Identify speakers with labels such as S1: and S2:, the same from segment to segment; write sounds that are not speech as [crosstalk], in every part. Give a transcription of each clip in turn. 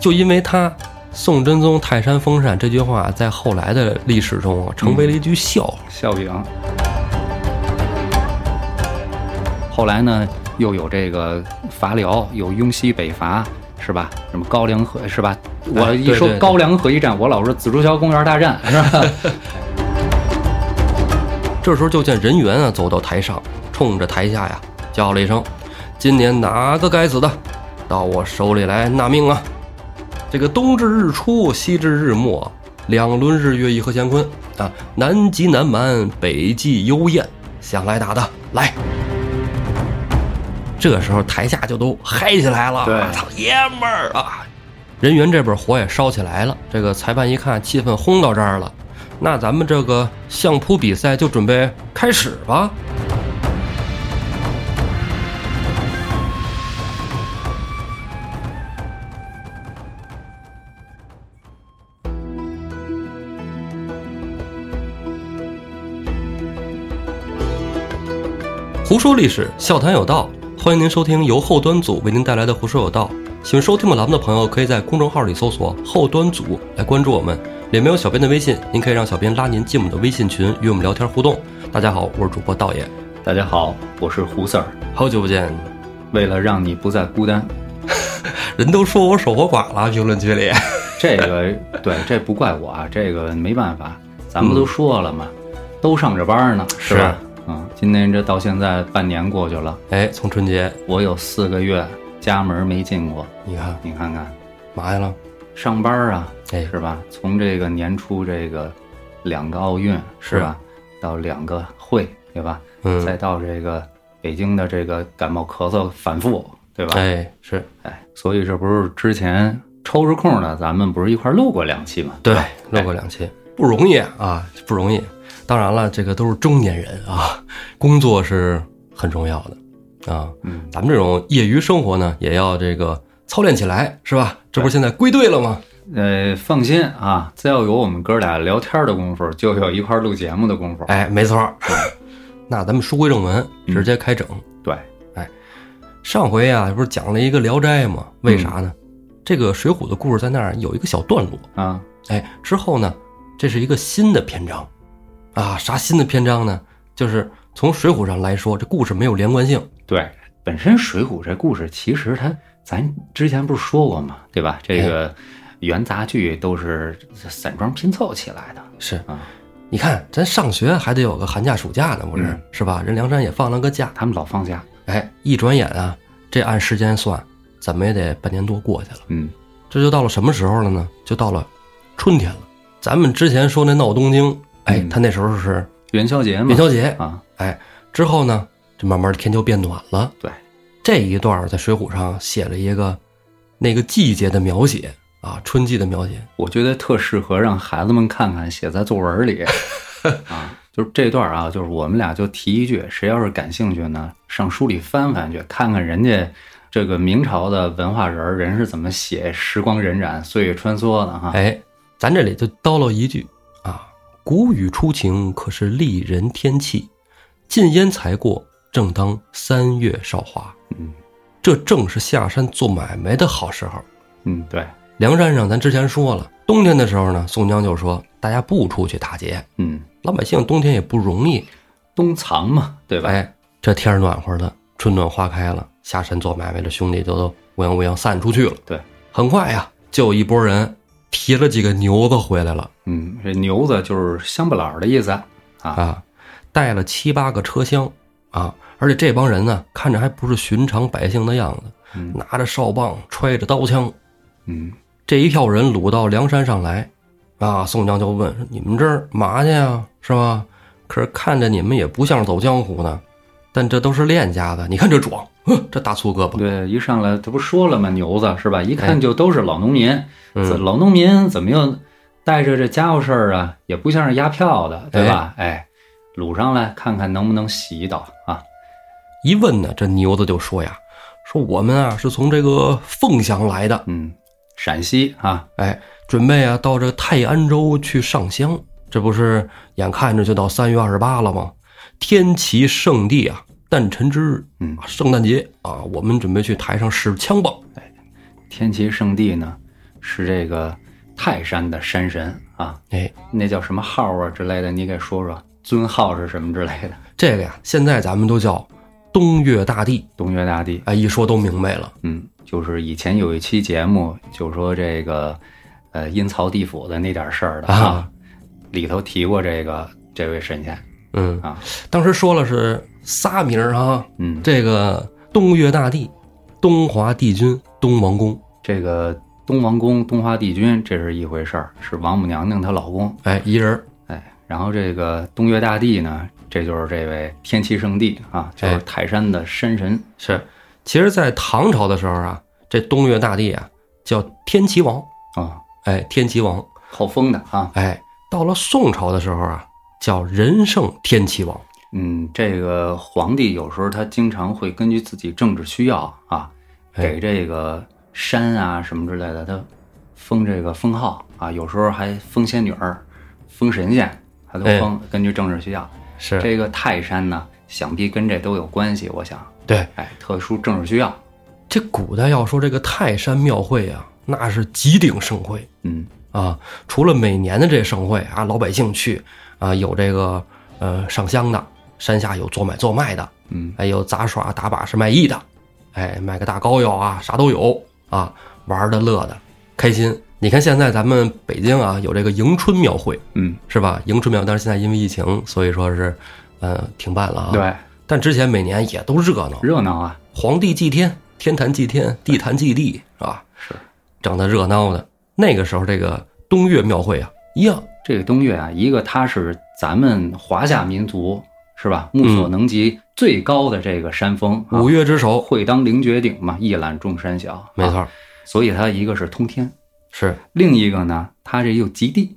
S1: 就因为他“宋真宗泰山封禅”这句话，在后来的历史中啊，成为了一句笑话。
S2: 笑柄。后来呢，又有这个伐辽，有雍西北伐，是吧？什么高梁河，是吧？我
S1: 哎
S2: 一
S1: 对
S2: 说
S1: 对对
S2: 高梁河一战，我老说紫竹桥公园大战，是吧？
S1: 这时候就见人猿啊走到台上，冲着台下呀叫了一声：“今年哪个该死的，到我手里来纳命啊！”这个冬至日出，西至日没，两轮日月一合乾坤啊，南极南蛮，北极幽燕，想来打的来。这时候台下就都嗨起来了，
S2: 对
S1: 操爷们儿啊！人猿这边火也烧起来了，这个裁判一看气氛轰到这儿了，那咱们这个相扑比赛就准备开始吧。胡说历史，笑谈有道。欢迎您收听由后端组为您带来的《胡说有道》。喜欢收听我栏目的朋友，可以在公众号里搜索“后端组”来关注我们。里面有小编的微信，您可以让小编拉您进我们的微信群，与我们聊天互动。大家好，我是主播道爷，
S2: [laughs] 大家好，我是胡 Sir。
S1: 好久不见。
S2: 为了让你不再孤单，
S1: 人都说我守活寡了，评论区里。
S2: 这 [laughs] 个对，这不怪我啊，这个没办法，咱们都说了嘛，都上着班呢，是吧？嗯，今天这到现在半年过去了，
S1: [laughs] 哎，从春节，
S2: 我有四个月家门没进过，
S1: 你看
S2: 你看看，
S1: 嘛去了？
S2: 上班啊，
S1: 哎，
S2: 是吧？从这个年初这个两个奥运是吧，到两个会对吧，
S1: 嗯
S2: 再到这个北京的这个感冒咳嗽反复对吧？
S1: 哎，是
S2: 哎，所以这不是之前抽着空呢，咱们不是一块儿录过两期嘛？
S1: 对
S2: 吧，
S1: 露过两期，哎不容易啊，不容易。当然了，这个都是中年人啊，工作是很重要的啊。
S2: 嗯，
S1: 咱们这种业余生活呢，也要这个操练起来，是吧？这不是现在归队了吗？
S2: 呃，放心啊，只要有我们哥俩聊天的功夫，就有一块儿录节目的功夫。
S1: 哎，没错儿。 [sniffs] 那咱们书归正文，直接开整。
S2: 对，
S1: 上回啊，不是讲了一个《聊斋》吗？为啥呢？这个《水浒》的故事在那儿有一个小段落。
S2: 啊，
S1: 哎，之后呢，这是一个新的篇章，啊，啥新的篇章呢？就是从《水浒》上来说，这故事没有连贯性。
S2: 对，本身《水浒》这故事，其实它咱之前不是说过嘛，对吧？这个元杂剧都是散装拼凑起来的。
S1: 是
S2: 啊，
S1: 你看咱上学还得有个寒假暑假呢，不是、
S2: 嗯
S1: 是吧？人梁山也放了个假，
S2: 他们老放假，
S1: 哎，一转眼啊，这按时间算，怎么也得半年多过去了。
S2: 嗯，
S1: 这就到了什么时候了呢？就到了春天了。咱们之前说那闹东京，哎，
S2: 嗯
S1: 他那时候是
S2: 元宵节嘛，
S1: 元宵节，
S2: 啊，
S1: 哎，之后呢，这慢慢天就变暖了。
S2: 对，
S1: 这一段在《水浒》上写了一个那个季节的描写啊，春季的描写。
S2: 我觉得特适合让孩子们看看，写在作文 [laughs] 里啊。就是这段啊，就是我们俩就提一句，谁要是感兴趣呢，上书里翻翻去，看看人家这个明朝的文化人儿人是怎么写时光荏苒、岁月穿梭的哈。
S1: 哎，咱这里就叨唠一句啊：“谷雨初晴，可是丽人天气；禁烟才过，正当三月韶华。”
S2: 嗯
S1: 这正是下山做买卖的好时候。
S2: 嗯，对，
S1: 梁山上，咱之前说了，冬天的时候呢，宋江就说大家不出去打劫，
S2: 嗯，
S1: 老百姓冬天也不容易。
S2: 冬藏嘛，对吧？
S1: 哎，这天儿暖和了，春暖花开了，下山做买卖的兄弟就都乌泱乌泱散出去了。
S2: 对，
S1: 很快呀，就有一拨人提了几个牛子回来了
S2: 嗯，这牛子就是乡巴佬的意思啊。
S1: 啊，带了七八个车厢啊，而且这帮人呢，看着还不是寻常百姓的样子，
S2: 嗯
S1: 拿着哨棒，揣着刀枪，
S2: 嗯，
S1: 这一票人掳到梁山上来，啊，宋江就问说：“你们这儿嘛去呀？是吧？可是看着你们也不像是走江湖的，但这都是练家子。你看这壮，哼，这大粗胳膊，
S2: 对，一上来他不说了吗？牛子是吧？一
S1: 哎
S2: 看就都是老农民。这
S1: 嗯，
S2: 老农民怎么又带着这家伙事儿啊？也不像是押票的，对吧？哎，掳上来看看能不能洗一刀啊？
S1: 一问呢，这牛子就说呀：说我们啊是从这个凤翔来的，
S2: 嗯，陕西啊，
S1: 哎，准备啊到这泰安州去上香。这不是眼看着就到三月二十八了吗？天齐圣地啊，诞辰之日，
S2: 嗯
S1: 啊，圣诞节啊，我们准备去台上使枪棒。
S2: 天齐圣地呢，是这个泰山的山神啊，
S1: 哎，
S2: 那叫什么号啊之类的，你给说说尊号是什么之类的？
S1: 这个呀，现在咱们都叫东岳大帝，
S2: 东岳大帝，
S1: 哎，一说都明白了。
S2: 嗯，就是以前有一期节目就说这个，呃，阴曹地府的那点事儿的
S1: 啊，
S2: 里头提过这个这位神仙，
S1: 嗯
S2: 啊，
S1: 当时说了是仨名儿哈，
S2: 嗯，
S1: 这个东岳大帝、东华帝君、东王公，
S2: 这个东王公、东华帝君这是一回事儿，是王母娘娘她老公，
S1: 哎，一人儿
S2: 哎，然后这个东岳大帝呢，这就是这位天齐圣帝啊，就是
S1: 哎
S2: 泰山的山神，
S1: 是。其实，在唐朝的时候啊，这东岳大帝啊叫天齐王，
S2: 啊，
S1: 哎，天齐王，
S2: 后封的啊，
S1: 哎，到了宋朝的时候啊，叫仁圣天齐王，
S2: 嗯，这个皇帝有时候他经常会根据自己政治需要啊，
S1: 哎
S2: 给这个山啊什么之类的，他封这个封号啊，有时候还封仙女儿、封神仙，他都
S1: 哎
S2: 封，根据政治需要。
S1: 是
S2: 这个泰山呢，想必跟这都有关系，我想，
S1: 对。
S2: 哎，特殊政治需要，
S1: 这古代要说这个泰山庙会啊，那是极顶盛会
S2: 嗯
S1: 啊。除了每年的这盛会啊，老百姓去啊，有这个呃上香的，山下有做买做卖的，
S2: 嗯，
S1: 还有杂耍打把式卖艺的，哎，卖个大膏药啊，啥都有啊，玩的乐的开心。你看现在咱们北京啊，有这个迎春庙会
S2: 嗯，
S1: 是吧？迎春庙，但是现在因为疫情，所以说是呃停办了啊。，
S2: 对，
S1: 但之前每年也都热闹，
S2: 热闹啊，
S1: 皇帝祭天，天坛祭天，地坛祭地，是吧？
S2: 是
S1: 整的热闹的。那个时候，这个东岳庙会啊，一样，
S2: 这个东岳啊，一个它是咱们华夏民族是吧，目所能及最高的这个山峰，啊
S1: 嗯五岳之首，
S2: 会当凌绝顶嘛，一览众山小。
S1: 没错
S2: 啊
S1: 儿，
S2: 所以它一个是通天，
S1: 是
S2: 另一个呢，它这又极地，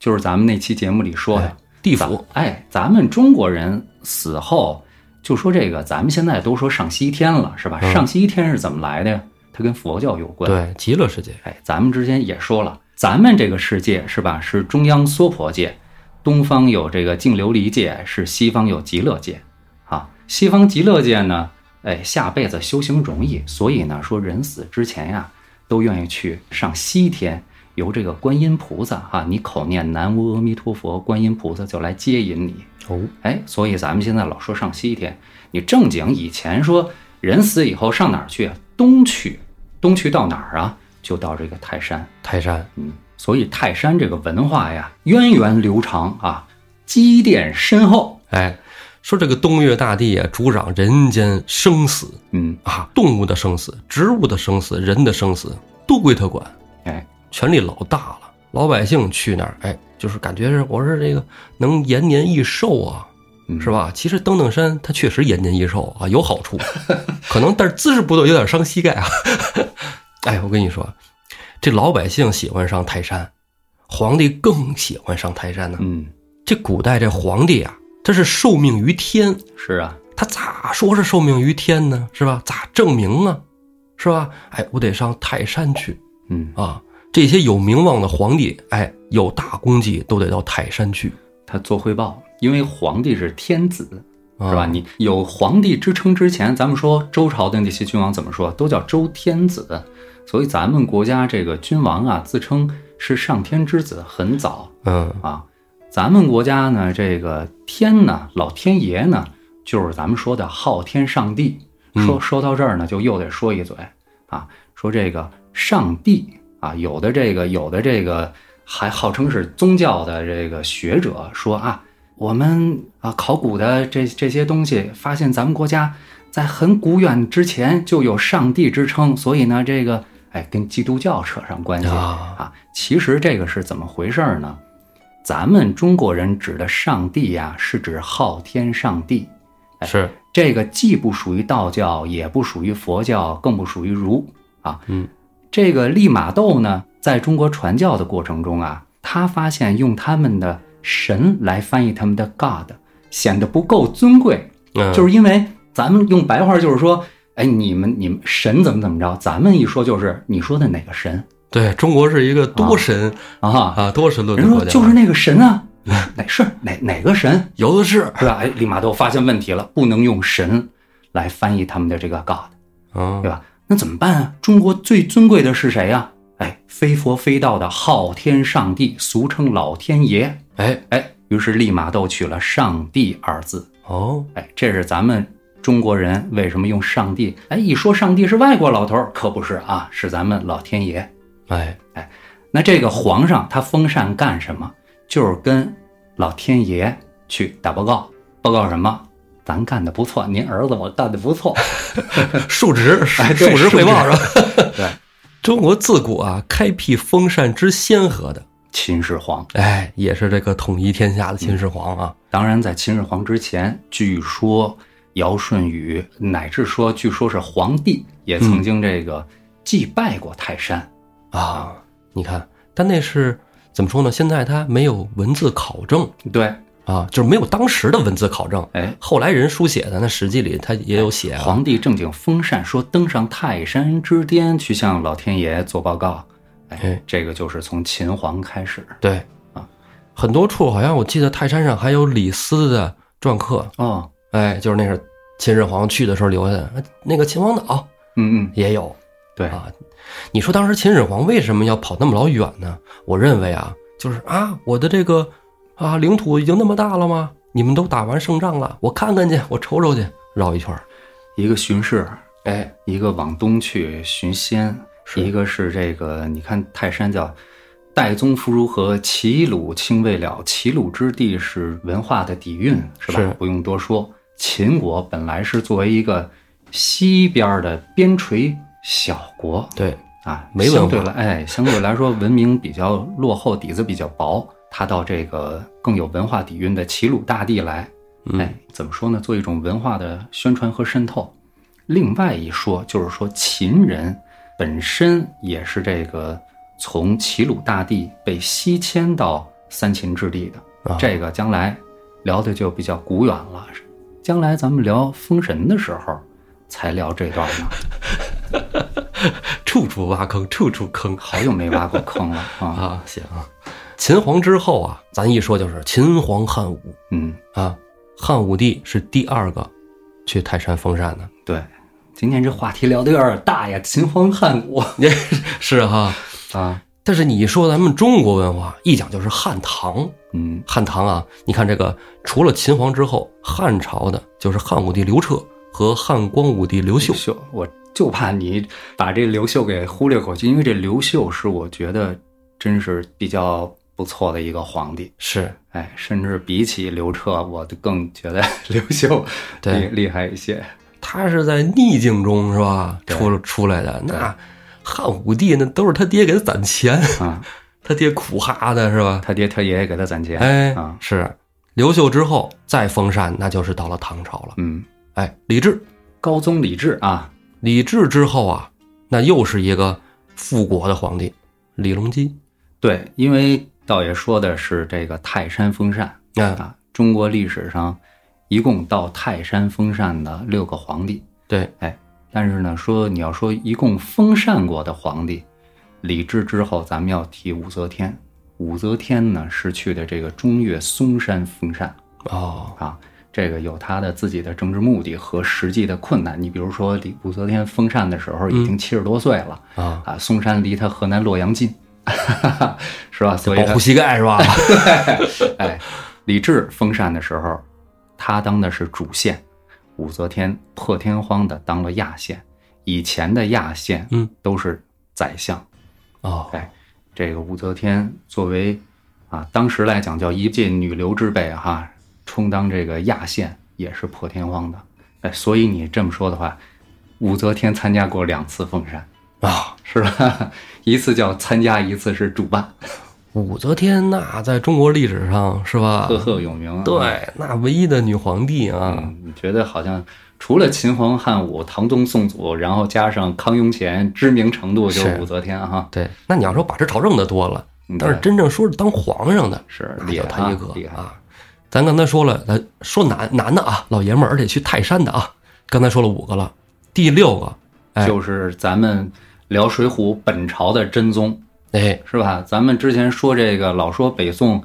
S2: 就是咱们那期节目里说的
S1: 哎地
S2: 咱
S1: 府，
S2: 哎，咱们中国人死后就说这个，咱们现在都说上西天了，是吧？
S1: 嗯
S2: 上西天是怎么来的呀？它跟佛教有关。，
S1: 对，极乐世界，
S2: 哎，咱们之前也说了，咱们这个世界是吧？是中央娑婆界，东方有这个净琉璃界，是西方有极乐界，啊，西方极乐界呢，哎，下辈子修行容易，所以呢，说人死之前呀、都愿意去上西天，由这个观音菩萨哈、你口念南无阿弥陀佛，观音菩萨就来接引你。
S1: 哦，
S2: 哎，所以咱们现在老说上西天，你正经以前说人死以后上哪儿去啊？东去，东去到哪儿啊？就到这个泰山。
S1: 泰山，
S2: 嗯，所以泰山这个文化呀，源远流长啊，积淀深厚。
S1: 哎，说这个东岳大帝啊，主掌人间生死
S2: 嗯，
S1: 啊，动物的生死、植物的生死、人的生死都归他管，
S2: 哎，
S1: 权力老大了。老百姓去那儿，哎，就是感觉是我是这个能延年益寿啊，
S2: 嗯
S1: 是？吧？其实登登山它确实延年益寿啊，有好处，可能但是姿势不对，有点伤膝盖啊。 [laughs] 哎，我跟你说，这老百姓喜欢上泰山，皇帝更喜欢上泰山呢、
S2: 嗯，
S1: 这古代这皇帝啊，他是受命于天，
S2: 是啊，
S1: 他咋说是受命于天呢？是吧？咋证明啊？是吧？哎，我得上泰山去
S2: 嗯，
S1: 啊！这些有名望的皇帝，哎，有大功绩都得到泰山去，
S2: 他做汇报，因为皇帝是天子，
S1: 啊
S2: 是吧？你有皇帝之称之前，咱们说周朝的那些君王怎么说，都叫周天子。所以咱们国家这个君王啊，自称是上天之子，很早
S1: 嗯，
S2: 啊。咱们国家呢，这个天呢，老天爷呢，就是咱们说的昊天上帝。说说到这儿呢，就又得说一嘴啊，说这个上帝啊，有的这个有的这个还号称是宗教的这个学者说啊，我们啊考古的这这些东西，发现咱们国家在很古远之前就有上帝之称，所以呢，这个哎跟基督教扯上关系
S1: 啊
S2: 啊。其实这个是怎么回事儿呢？咱们中国人指的上帝呀、是指昊天上帝。
S1: 啊是
S2: 这个既不属于道教，也不属于佛教，更不属于儒啊。
S1: 嗯，
S2: 这个利玛窦呢，在中国传教的过程中啊，他发现用他们的神来翻译他们的 God，显得不够尊贵，
S1: 嗯，
S2: 就是因为咱们用白话就是说，哎，你们你们神怎么怎么着，咱们一说就是你说的哪个神
S1: 对中国是一个多神
S2: 啊？
S1: 啊多神论
S2: 人
S1: 的
S2: 说
S1: 国家，
S2: 就是那个神啊，哪是哪哪个神？
S1: 有的是
S2: 是吧？哎，利玛窦发现问题了，不能用神来翻译他们的这个 God，
S1: 啊
S2: 对吧？那怎么办啊？中国最尊贵的是谁呀、哎，非佛非道的昊天上帝，俗称老天爷。
S1: 哎，
S2: 哎，于是利玛窦取了“上帝”二字。
S1: 哦，
S2: 哎，这是咱们中国人为什么用上帝？哎，一说上帝是外国老头儿，可不是啊，是咱们老天爷。
S1: 哎，
S2: 那这个皇上他封禅干什么？就是跟老天爷去打报告，报告什么？咱干的不错，您儿子我干的不错。
S1: 述职，述
S2: 哎对
S1: 述职汇报是
S2: 述
S1: 吧？
S2: 对，
S1: 中国自古啊，开辟封禅之先河的，
S2: 秦始皇，
S1: 哎，也是这个统一天下的秦始皇啊。
S2: 当然在秦始皇之前，据说尧舜禹乃至说，据说是皇帝也曾经这个祭拜过泰山。
S1: 啊，你看，但那是怎么说呢？现在它没有文字考证
S2: 对，
S1: 啊，就是没有当时的文字考证。
S2: 哎，
S1: 后来人书写的，那《史记》里他也有写啊。
S2: 皇帝正经封禅，说登上泰山之巅去向老天爷做报告。
S1: 哎
S2: 哎，这个就是从秦皇开始。
S1: 对
S2: 啊，
S1: 很多处好像我记得泰山上还有李斯的篆刻，
S2: 哦，
S1: 哎，就是那是秦始皇去的时候留下的。那个秦皇岛
S2: 嗯嗯，
S1: 也有
S2: 对，
S1: 啊。你说当时秦始皇为什么要跑那么老远呢？我认为啊，就是啊，我的这个啊领土已经那么大了吗？你们都打完胜仗了，我看看去，我瞅瞅去，绕一圈儿。
S2: 一个巡视，
S1: 哎，
S2: 一个往东去寻仙，
S1: 是
S2: 一个是这个，你看泰山叫岱宗夫如何，齐鲁青未了。齐鲁之地是文化的底蕴，是吧？
S1: 是
S2: 不用多说。秦国本来是作为一个西边的边陲小国
S1: 对，
S2: 啊，
S1: 没文化
S2: 相对来，哎，相对来说文明比较落后，底子比较薄。他到这个更有文化底蕴的齐鲁大地来，哎
S1: 嗯，，
S2: 怎么说呢？做一种文化的宣传和渗透。另外一说，就是说秦人本身也是这个从齐鲁大地被西迁到三秦之地的。
S1: 啊
S2: 这个将来聊的就比较古远了，将来咱们聊封神的时候才聊这段
S1: [laughs]
S2: 呢。
S1: 处处挖坑，处处坑
S2: 好久没挖过坑了啊！
S1: 啊！行啊，秦皇之后啊，咱一说就是秦皇汉武
S2: 嗯，
S1: 啊，汉武帝是第二个去泰山封禅的，
S2: 对，今天这话题聊的有点大呀，秦皇汉武
S1: [laughs] 是哈、
S2: 啊，
S1: 但是你一说咱们中国文化，一讲就是汉唐，
S2: 嗯，
S1: 汉唐啊，你看这个除了秦皇之后，汉朝的就是汉武帝刘彻和汉光武帝刘秀
S2: 刘，秀，我就怕你把这刘秀给忽略过去，因为这刘秀是我觉得真是比较不错的一个皇帝。
S1: 是
S2: 哎，甚至比起刘彻，我就更觉得刘秀
S1: 对
S2: 厉厉害
S1: [laughs]
S2: 一些。
S1: 他是在逆境中是吧？
S2: 对
S1: 出了出来的那汉武帝那都是他爹给他攒钱， [laughs]
S2: 啊，
S1: 他爹苦哈的是吧？
S2: 他爹他爷爷给他攒钱。
S1: 哎
S2: 啊，，
S1: 是刘秀之后再封禅，那就是到了唐朝了。
S2: 嗯，
S1: 哎，李治，
S2: 高宗李治啊，
S1: 李治之后啊，那又是一个复国的皇帝，李隆基。
S2: 对，因为道爷说的是这个泰山封禅
S1: 啊，
S2: 啊，中国历史上一共到泰山封禅的六个皇帝。
S1: 对，
S2: 但是呢，说你要说一共封禅过的皇帝，李治之后，咱们要提武则天。武则天呢是去的这个中岳嵩山封禅
S1: 哦，
S2: 啊，这个有她的自己的政治目的和实际的困难。你比如说，李武则天封禅的时候已经七十多岁了、
S1: 啊，
S2: 啊，嵩山离她河南洛阳近， [laughs] 是吧？所以
S1: 保
S2: 她
S1: 护膝盖是
S2: [laughs]
S1: 吧？
S2: 哎，李治封禅的时候，他当的是主县，武则天破天荒的当了亚县。以前的亚县，
S1: 嗯，
S2: 都是宰相。
S1: 哦，
S2: 哎，这个武则天作为啊，当时来讲叫一介女流之辈哈、充当这个亚县也是破天荒的。哎，所以你这么说的话，武则天参加过两次封禅，
S1: 啊，
S2: 是吧？ [laughs] 一次叫参加，一次是主办，
S1: 武则天那在中国历史上是吧？
S2: 赫赫有名、啊。
S1: 对，那唯一的女皇帝啊，
S2: 嗯，你觉得好像除了秦皇汉武、唐宗宋祖，然后加上康雍乾，知名程度就是武则天哈。
S1: 对，那你要说把持朝政的多了，
S2: 嗯
S1: 但是真正说是当皇上的，
S2: 是
S1: 那
S2: 厉
S1: 就
S2: 害
S1: 他一
S2: 啊厉
S1: 个
S2: 害
S1: 啊。咱刚才说了，咱说男男的啊，老爷们儿，而且去泰山的啊，刚才说了五个了，第六个，哎
S2: 就是咱们聊《水浒》本朝的真宗
S1: 哎，
S2: 是吧？咱们之前说这个老说北宋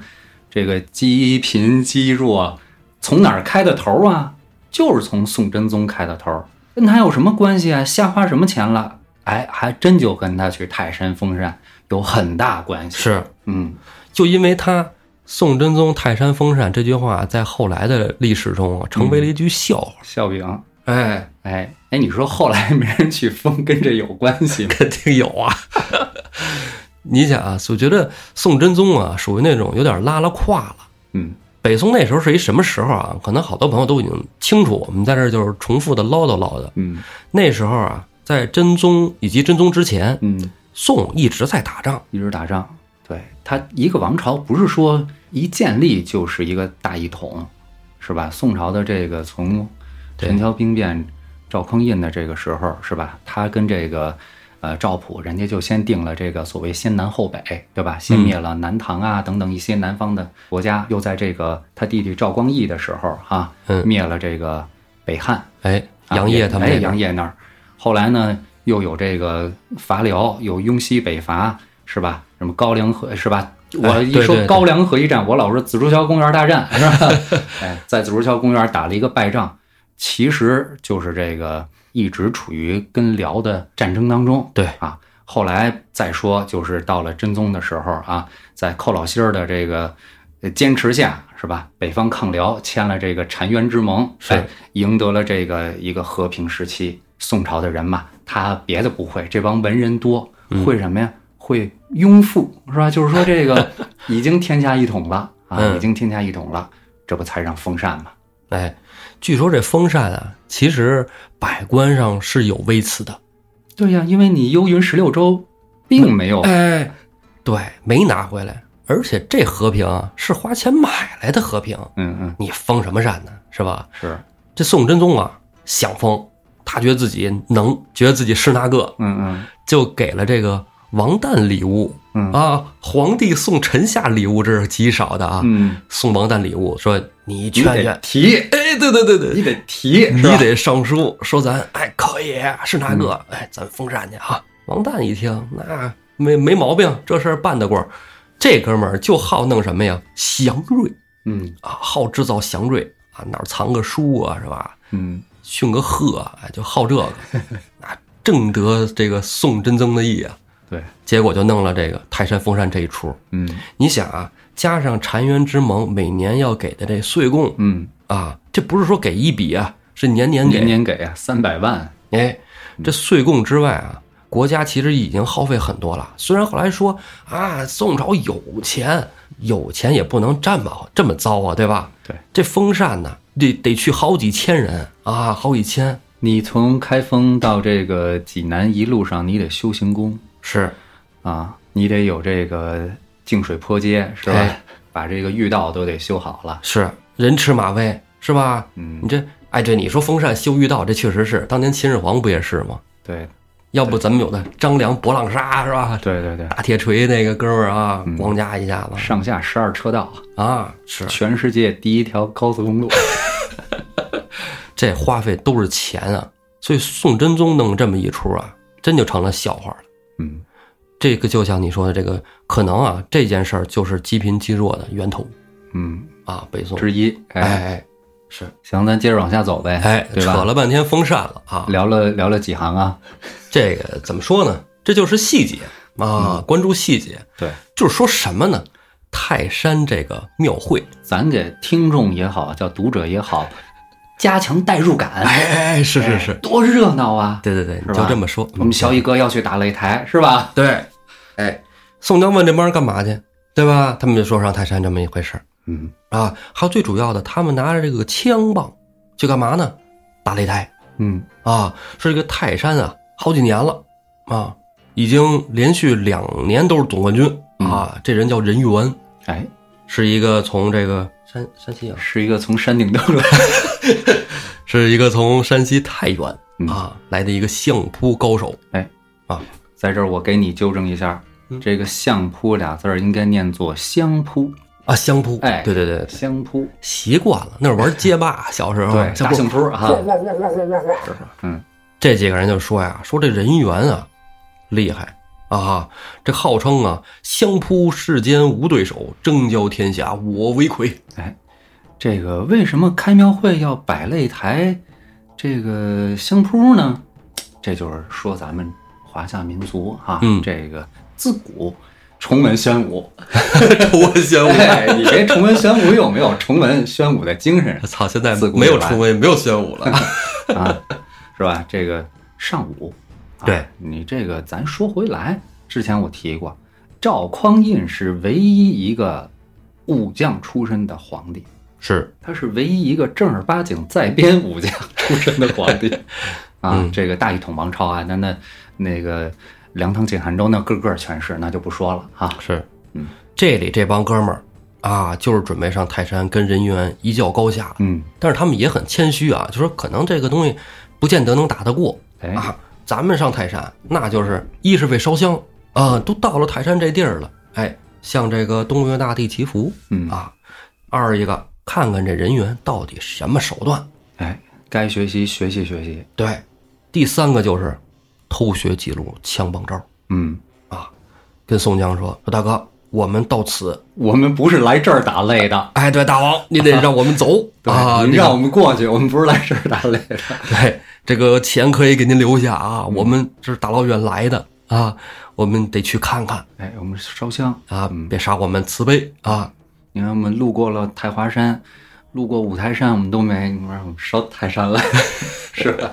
S2: 这个积贫积弱，从哪儿开的头啊？就是从宋真宗开的头，跟他有什么关系啊？瞎花什么钱了？哎，还真就跟他去泰山封禅有很大关系。
S1: 是，
S2: 嗯，
S1: 就因为他宋真宗泰山封禅这句话，在后来的历史中啊，成为了一句笑话。
S2: 笑柄，
S1: 哎，
S2: 哎哎，你说后来没人去封，跟这有关系吗？
S1: 肯定有啊。 [laughs] 你想啊，我觉得宋真宗啊，属于那种有点拉了胯了。
S2: 嗯
S1: 北宋那时候是一什么时候啊？可能好多朋友都已经清楚，我们在这儿就是重复的唠叨唠叨。
S2: 嗯
S1: 那时候啊，在真宗以及真宗之前，
S2: 嗯，
S1: 宋一直在打仗。
S2: 一直打仗。对他一个王朝不是说一建立就是一个大一统，是吧？宋朝的这个从
S1: 对
S2: 陈桥兵变、赵匡胤的这个时候，是吧？他跟这个呃赵普，人家就先定了这个所谓先南后北，对吧？先灭了南唐啊等等一些南方的国家，又在这个他弟弟赵光义的时候哈、
S1: 嗯
S2: 灭了这个北汉，
S1: 哎，
S2: 啊
S1: 杨业他们
S2: 哎
S1: 那边
S2: 杨业那儿，后来呢又有这个伐辽，有雍西北伐，是吧？什么高梁河是吧？我
S1: 哎
S2: 一
S1: 对
S2: 说
S1: 对
S2: 高梁河一战，我老说紫竹桥公园大战是
S1: [laughs]
S2: 吧？哎，在紫竹桥公园打了一个败仗，其实就是这个一直处于跟辽的战争当中。
S1: 对
S2: 啊，后来再说就是到了真宗的时候啊，在寇老心儿的这个呃坚持下，是吧？北方抗辽，签了这个澶渊之盟，
S1: 是
S2: 哎赢得了这个一个和平时期。宋朝的人嘛，他别的不会，这帮文人多，会什么呀？会庸赋是吧？就是说这 [laughs] 个已经天下一统了啊，
S1: 嗯
S2: 已经天下一统了，这不才让封禅吗？
S1: 哎，据说这封禅啊，其实百官上是有微词的。
S2: 对呀、因为你幽云十六州并没有，
S1: 哎，对，没拿回来，而且这和平啊是花钱买来的和平，
S2: 嗯嗯，
S1: 你封什么禅呢？是吧？
S2: 是，
S1: 这宋真宗啊想封，他觉得自己能，觉得自己是那个，
S2: 嗯嗯
S1: 就给了这个王旦礼物。
S2: 嗯
S1: 啊，皇帝送臣下礼物这是极少的啊，
S2: 嗯，
S1: 送王旦礼物，说你
S2: 你
S1: 劝
S2: 得
S1: 劝，
S2: 提，
S1: 哎，对对对对，
S2: 你得提，
S1: 你
S2: 是吧？
S1: 得上书说咱哎可以是那个、
S2: 嗯
S1: 哎咱封禅去啊。王旦一听那没没毛病，这事儿办得过。这哥们儿就好弄什么呀？祥瑞
S2: 嗯
S1: 啊，好制造祥瑞啊，哪儿藏个书啊是吧？
S2: 嗯，
S1: 训个鹤啊，哎就好这个，啊，正得这个宋真宗的意啊。
S2: 对，
S1: 结果就弄了这个泰山封禅这一出。
S2: 嗯
S1: 你想啊，加上澶渊之盟每年要给的这岁贡
S2: 嗯，
S1: 啊，这不是说给一笔啊，是年年给。
S2: 年年给啊三百万，
S1: 哎，这岁贡之外啊，国家其实已经耗费很多了。虽然后来说啊，宋朝有钱，有钱也不能这么这么糟啊，对吧？
S2: 对，
S1: 这封禅呢，得得去好几千人啊，好几千
S2: 你从开封到这个济南一路上，你得修行宫
S1: 是
S2: 啊，你得有这个净水坡街，是吧
S1: 哎？
S2: 把这个御道都得修好了。
S1: 是人吃马喂是吧？
S2: 嗯
S1: 你，这哎，这你说封禅修御道，这确实是当年秦始皇不也是吗？
S2: 对
S1: 要不咱们有的张良、博浪沙是吧？ [laughs]
S2: 对对对，
S1: 大铁锤那个哥们儿啊，
S2: 嗯
S1: 咣家一下子
S2: 上下十二车道，
S1: 啊，是
S2: 全世界第一条高速公路。
S1: 这花费都是钱啊，所以宋真宗弄这么一出啊，真就成了笑话了。
S2: 嗯，
S1: 这个就像你说的，这个可能啊，这件事儿就是积贫积弱的源头
S2: 嗯，
S1: 啊。北宋，
S2: 之一。
S1: 哎
S2: 哎，
S1: 哎是
S2: 行，咱接着往下走呗。
S1: 哎，
S2: 对
S1: 扯
S2: 吧？
S1: 了半天封禅了啊，
S2: 聊了聊了几行啊？
S1: 这个怎么说呢？这就是细节啊，关注细节，
S2: 嗯对，
S1: 就是说什么呢？泰山这个庙会，
S2: 咱给听众也好，叫读者也好，加强代入感。
S1: 哎哎哎，是是是，
S2: 多热闹啊！
S1: 对对对，你
S2: 吧
S1: 就这么说。
S2: 我们小
S1: 嗯
S2: 乙哥要去打擂台，是吧？
S1: 对，哎，宋江问这帮人干嘛去，对吧？他们就说上泰山这么一回事儿。
S2: 嗯
S1: 啊，还有最主要的，他们拿着这个枪棒去干嘛呢？打擂台
S2: 嗯
S1: 啊！说这个泰山啊，好几年了啊，已经连续两年都是总冠军啊。这人叫任元，，
S2: 哎，
S1: 是一个从这个山山西啊，
S2: 是一个从山顶掉
S1: [laughs]
S2: 落。
S1: 是一个从山西太原
S2: 嗯
S1: 啊、来的一个相扑高手。
S2: 在这儿我给你纠正一下，
S1: 嗯
S2: 这个“相扑”俩字儿应该念作“相扑
S1: 啊，相扑，
S2: 哎
S1: 对对对”，，
S2: 相扑。
S1: 习惯了，那会儿玩街霸，小时候
S2: 对，
S1: 相
S2: 大
S1: 扑
S2: 相扑哈。嗯
S1: 这几个人就说呀，说这人猿啊，厉害啊！这号称啊，相扑世间无对手，争交天下我为魁。 [laughs]
S2: 这个为什么开庙会要摆擂台，这个相扑呢？这就是说咱们华夏民族啊，
S1: 嗯
S2: 这个自古崇文
S1: [laughs]
S2: 宣武。
S1: 崇文宣武。
S2: 哎，你这崇文宣武有没有崇文宣武的精神
S1: 我操，现在
S2: 自古以
S1: 没有
S2: 来
S1: 崇文，也没有宣武了。 [laughs]
S2: 啊？是吧？这个尚武，啊
S1: 对
S2: 你这个咱说回来，之前我提过，赵匡胤是唯一一个武将出身的皇帝。
S1: 是，
S2: 他 [laughs] 是唯一一个正儿八经在编武将出身的皇
S1: [laughs]
S2: 帝啊！
S1: 嗯
S2: 这个大一统王朝啊，那那那个梁唐晋韩周，那个个全是，那就不说了啊。
S1: 是，
S2: 嗯，
S1: 这里这帮哥们儿啊，就是准备上泰山跟人猿一较高下，
S2: 嗯，
S1: 但是他们也很谦虚啊，就说可能这个东西不见得能打得过
S2: 哎，
S1: 啊。咱们上泰山，那就是一是为烧香啊，都到了泰山这地儿了，哎，向这个东岳大帝祈福
S2: 嗯，
S1: 啊。二一个看看这人猿到底什么手段，
S2: 哎，该学习学习学习，
S1: 对。第三个就是偷学记录枪棒招，
S2: 嗯，
S1: 跟宋江说说大哥，我们到此
S2: 我们不是来这儿打擂的。
S1: 哎，对，大王，您得让我们走
S2: [laughs] 对
S1: 啊！
S2: 您
S1: 这个
S2: 让我们过去，我们不是来这儿打擂的。 [laughs]
S1: 对这个钱可以给您留下啊，我们这是大老远来的啊，我们得去看看
S2: 哎，我们烧香，
S1: 啊，别杀我们慈悲啊！
S2: 你看我们路过了太华山，路过五台山，我们都没，你说我们烧泰山来， [laughs] 是吧？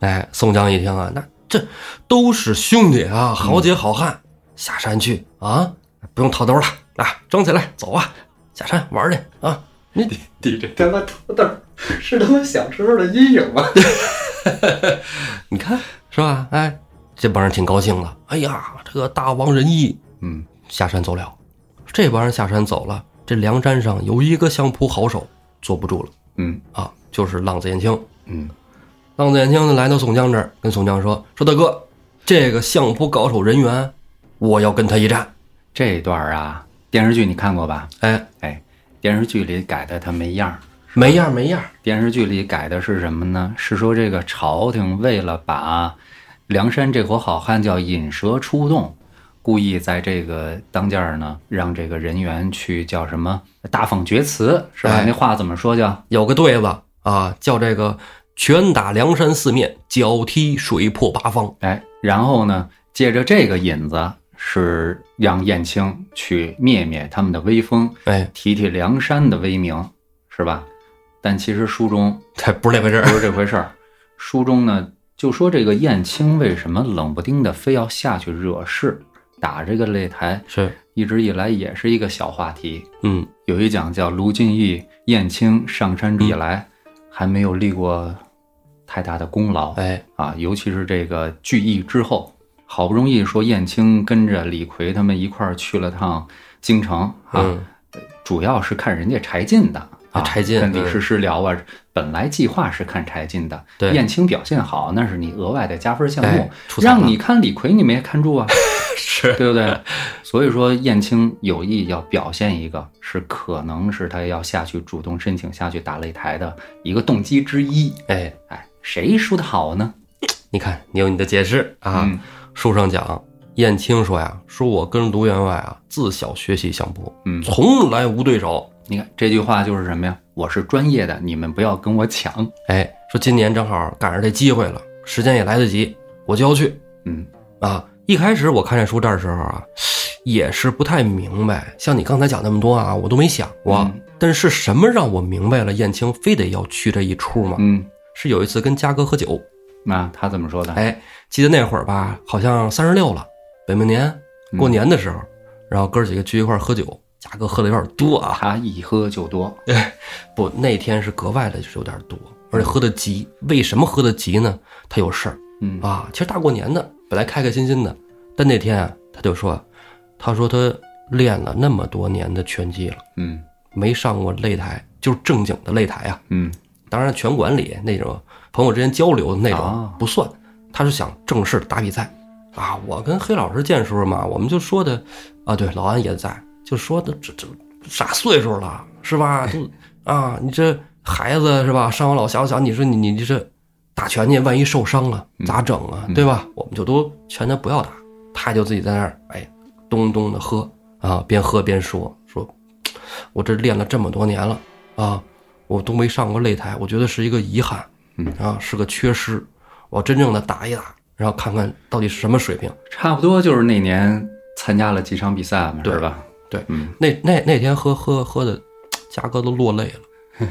S1: 哎，宋江一听啊，那这都是兄弟啊，好姐好汉，下山去啊，不用套兜了，来装起来，走啊，下山玩去啊！你
S2: 你这他妈土豆儿是他妈小时候的阴影吗？
S1: 你看是吧？哎，这帮人挺高兴的，哎呀，这个大王仁义
S2: [laughs] 嗯
S1: 下山走了。这帮人下山走了，这梁山上有一个相扑好手坐不住了
S2: 嗯
S1: 啊，就是浪子燕青。
S2: 嗯，
S1: 浪子燕青呢来到宋江这儿，跟宋江说：“说大哥，这个相扑高手人猿，我要跟他一战。
S2: 这段儿啊，电视剧你看过吧？”
S1: 哎，
S2: 哎，电视剧里改的他没样儿。
S1: 没样儿没样儿，
S2: 电视剧里改的是什么呢？是说这个朝廷为了把梁山这伙好汉叫引蛇出洞，故意在这个当间儿呢，让这个人员去叫什么大放厥词，是吧？
S1: 哎
S2: 那话怎么说叫？
S1: 有个对子啊，叫这个拳打梁山四面，脚踢水泊八方。
S2: 哎，然后呢，借着这个引子，是让燕青去灭灭他们的威风，
S1: 哎，
S2: 提提梁山的威名，是吧？但其实书中
S1: 这不是那回事
S2: 不 [laughs]
S1: 儿。
S2: 是这回事儿。书中呢就说这个燕青为什么冷不丁的非要下去惹事，打这个擂台，
S1: 是，
S2: 一直以来也是一个小话题。
S1: 嗯，
S2: 有一讲叫卢俊义、燕青上山以来、还没有立过太大的功劳，
S1: 哎，
S2: 啊，尤其是这个聚义之后，好不容易说燕青跟着李逵他们一块儿去了趟京城啊，
S1: 嗯，
S2: 主要是看人家柴进的
S1: 啊
S2: 啊，
S1: 柴进
S2: 跟李
S1: 嗯
S2: 师师聊啊，本来计划是看柴进的，
S1: 对
S2: 燕青表现好，那是你额外的加分项目
S1: 哎，出彩了
S2: 让你看李逵你没看住啊，
S1: 是，
S2: 对不对？ [laughs] 所以说燕青有意要表现一个是可能是他要下去主动申请下去打擂台的一个动机之一，
S1: [laughs] 哎，
S2: 哎，谁说的好呢？
S1: 你看，你有你的解释啊。
S2: 嗯
S1: 书上讲，燕青说呀，说我跟卢员外啊，自小学习相扑，
S2: 嗯
S1: 从来无对手。
S2: 你看这句话就是什么呀？我是专业的，你们不要跟我抢。 [laughs]
S1: 哎，说今年正好赶上这机会了，时间也来得及，我就要去
S2: 嗯
S1: 啊。一开始我看这书这儿的时候啊，也是不太明白，像你刚才讲那么多啊，我都没想过。
S2: 嗯
S1: 但是什么让我明白了燕青非得要去这一出嘛？
S2: 嗯，
S1: 是有一次跟嘉哥喝酒，
S2: 那他怎么说的？
S1: 哎，记得那会儿吧，好像三十六了，本命年
S2: 嗯
S1: 过年的时候，然后哥儿几个聚一块儿喝酒，嘉哥喝的有点多啊，
S2: 他一喝就
S1: [laughs]
S2: 多。
S1: 不，那天是格外的是有点多，而且喝的急。为什么喝的急呢？他有事儿
S2: 嗯
S1: 啊。其实大过年的，本来开开心心的，但那天啊，他就说，他说他练了那么多年的拳击了，
S2: 嗯
S1: 没上过擂台，就是正经的擂台啊。
S2: 嗯
S1: 当然，拳馆里那种朋友之间交流的那种
S2: 啊
S1: 不算，他是想正式打比赛啊。我跟黑老师见时候嘛，我们就说的啊，对，老安也在，就说的这这啥岁数了是吧？都啊，你这孩子是吧？上有老下有小，你说你你这打拳去，万一受伤了咋整啊？对吧？我们就都劝他不要打，他就自己在那儿哎咚咚的喝啊，边喝边说说，我这练了这么多年了啊，我都没上过擂台，我觉得是一个遗憾，
S2: 嗯
S1: 啊，是个缺失。我真正的打一打，然后看看到底是什么水平。
S2: 差不多就是那年参加了几场比赛嘛，
S1: 对
S2: 是吧？
S1: 对
S2: 嗯，
S1: 那那那天喝喝喝的，嘉哥都落泪了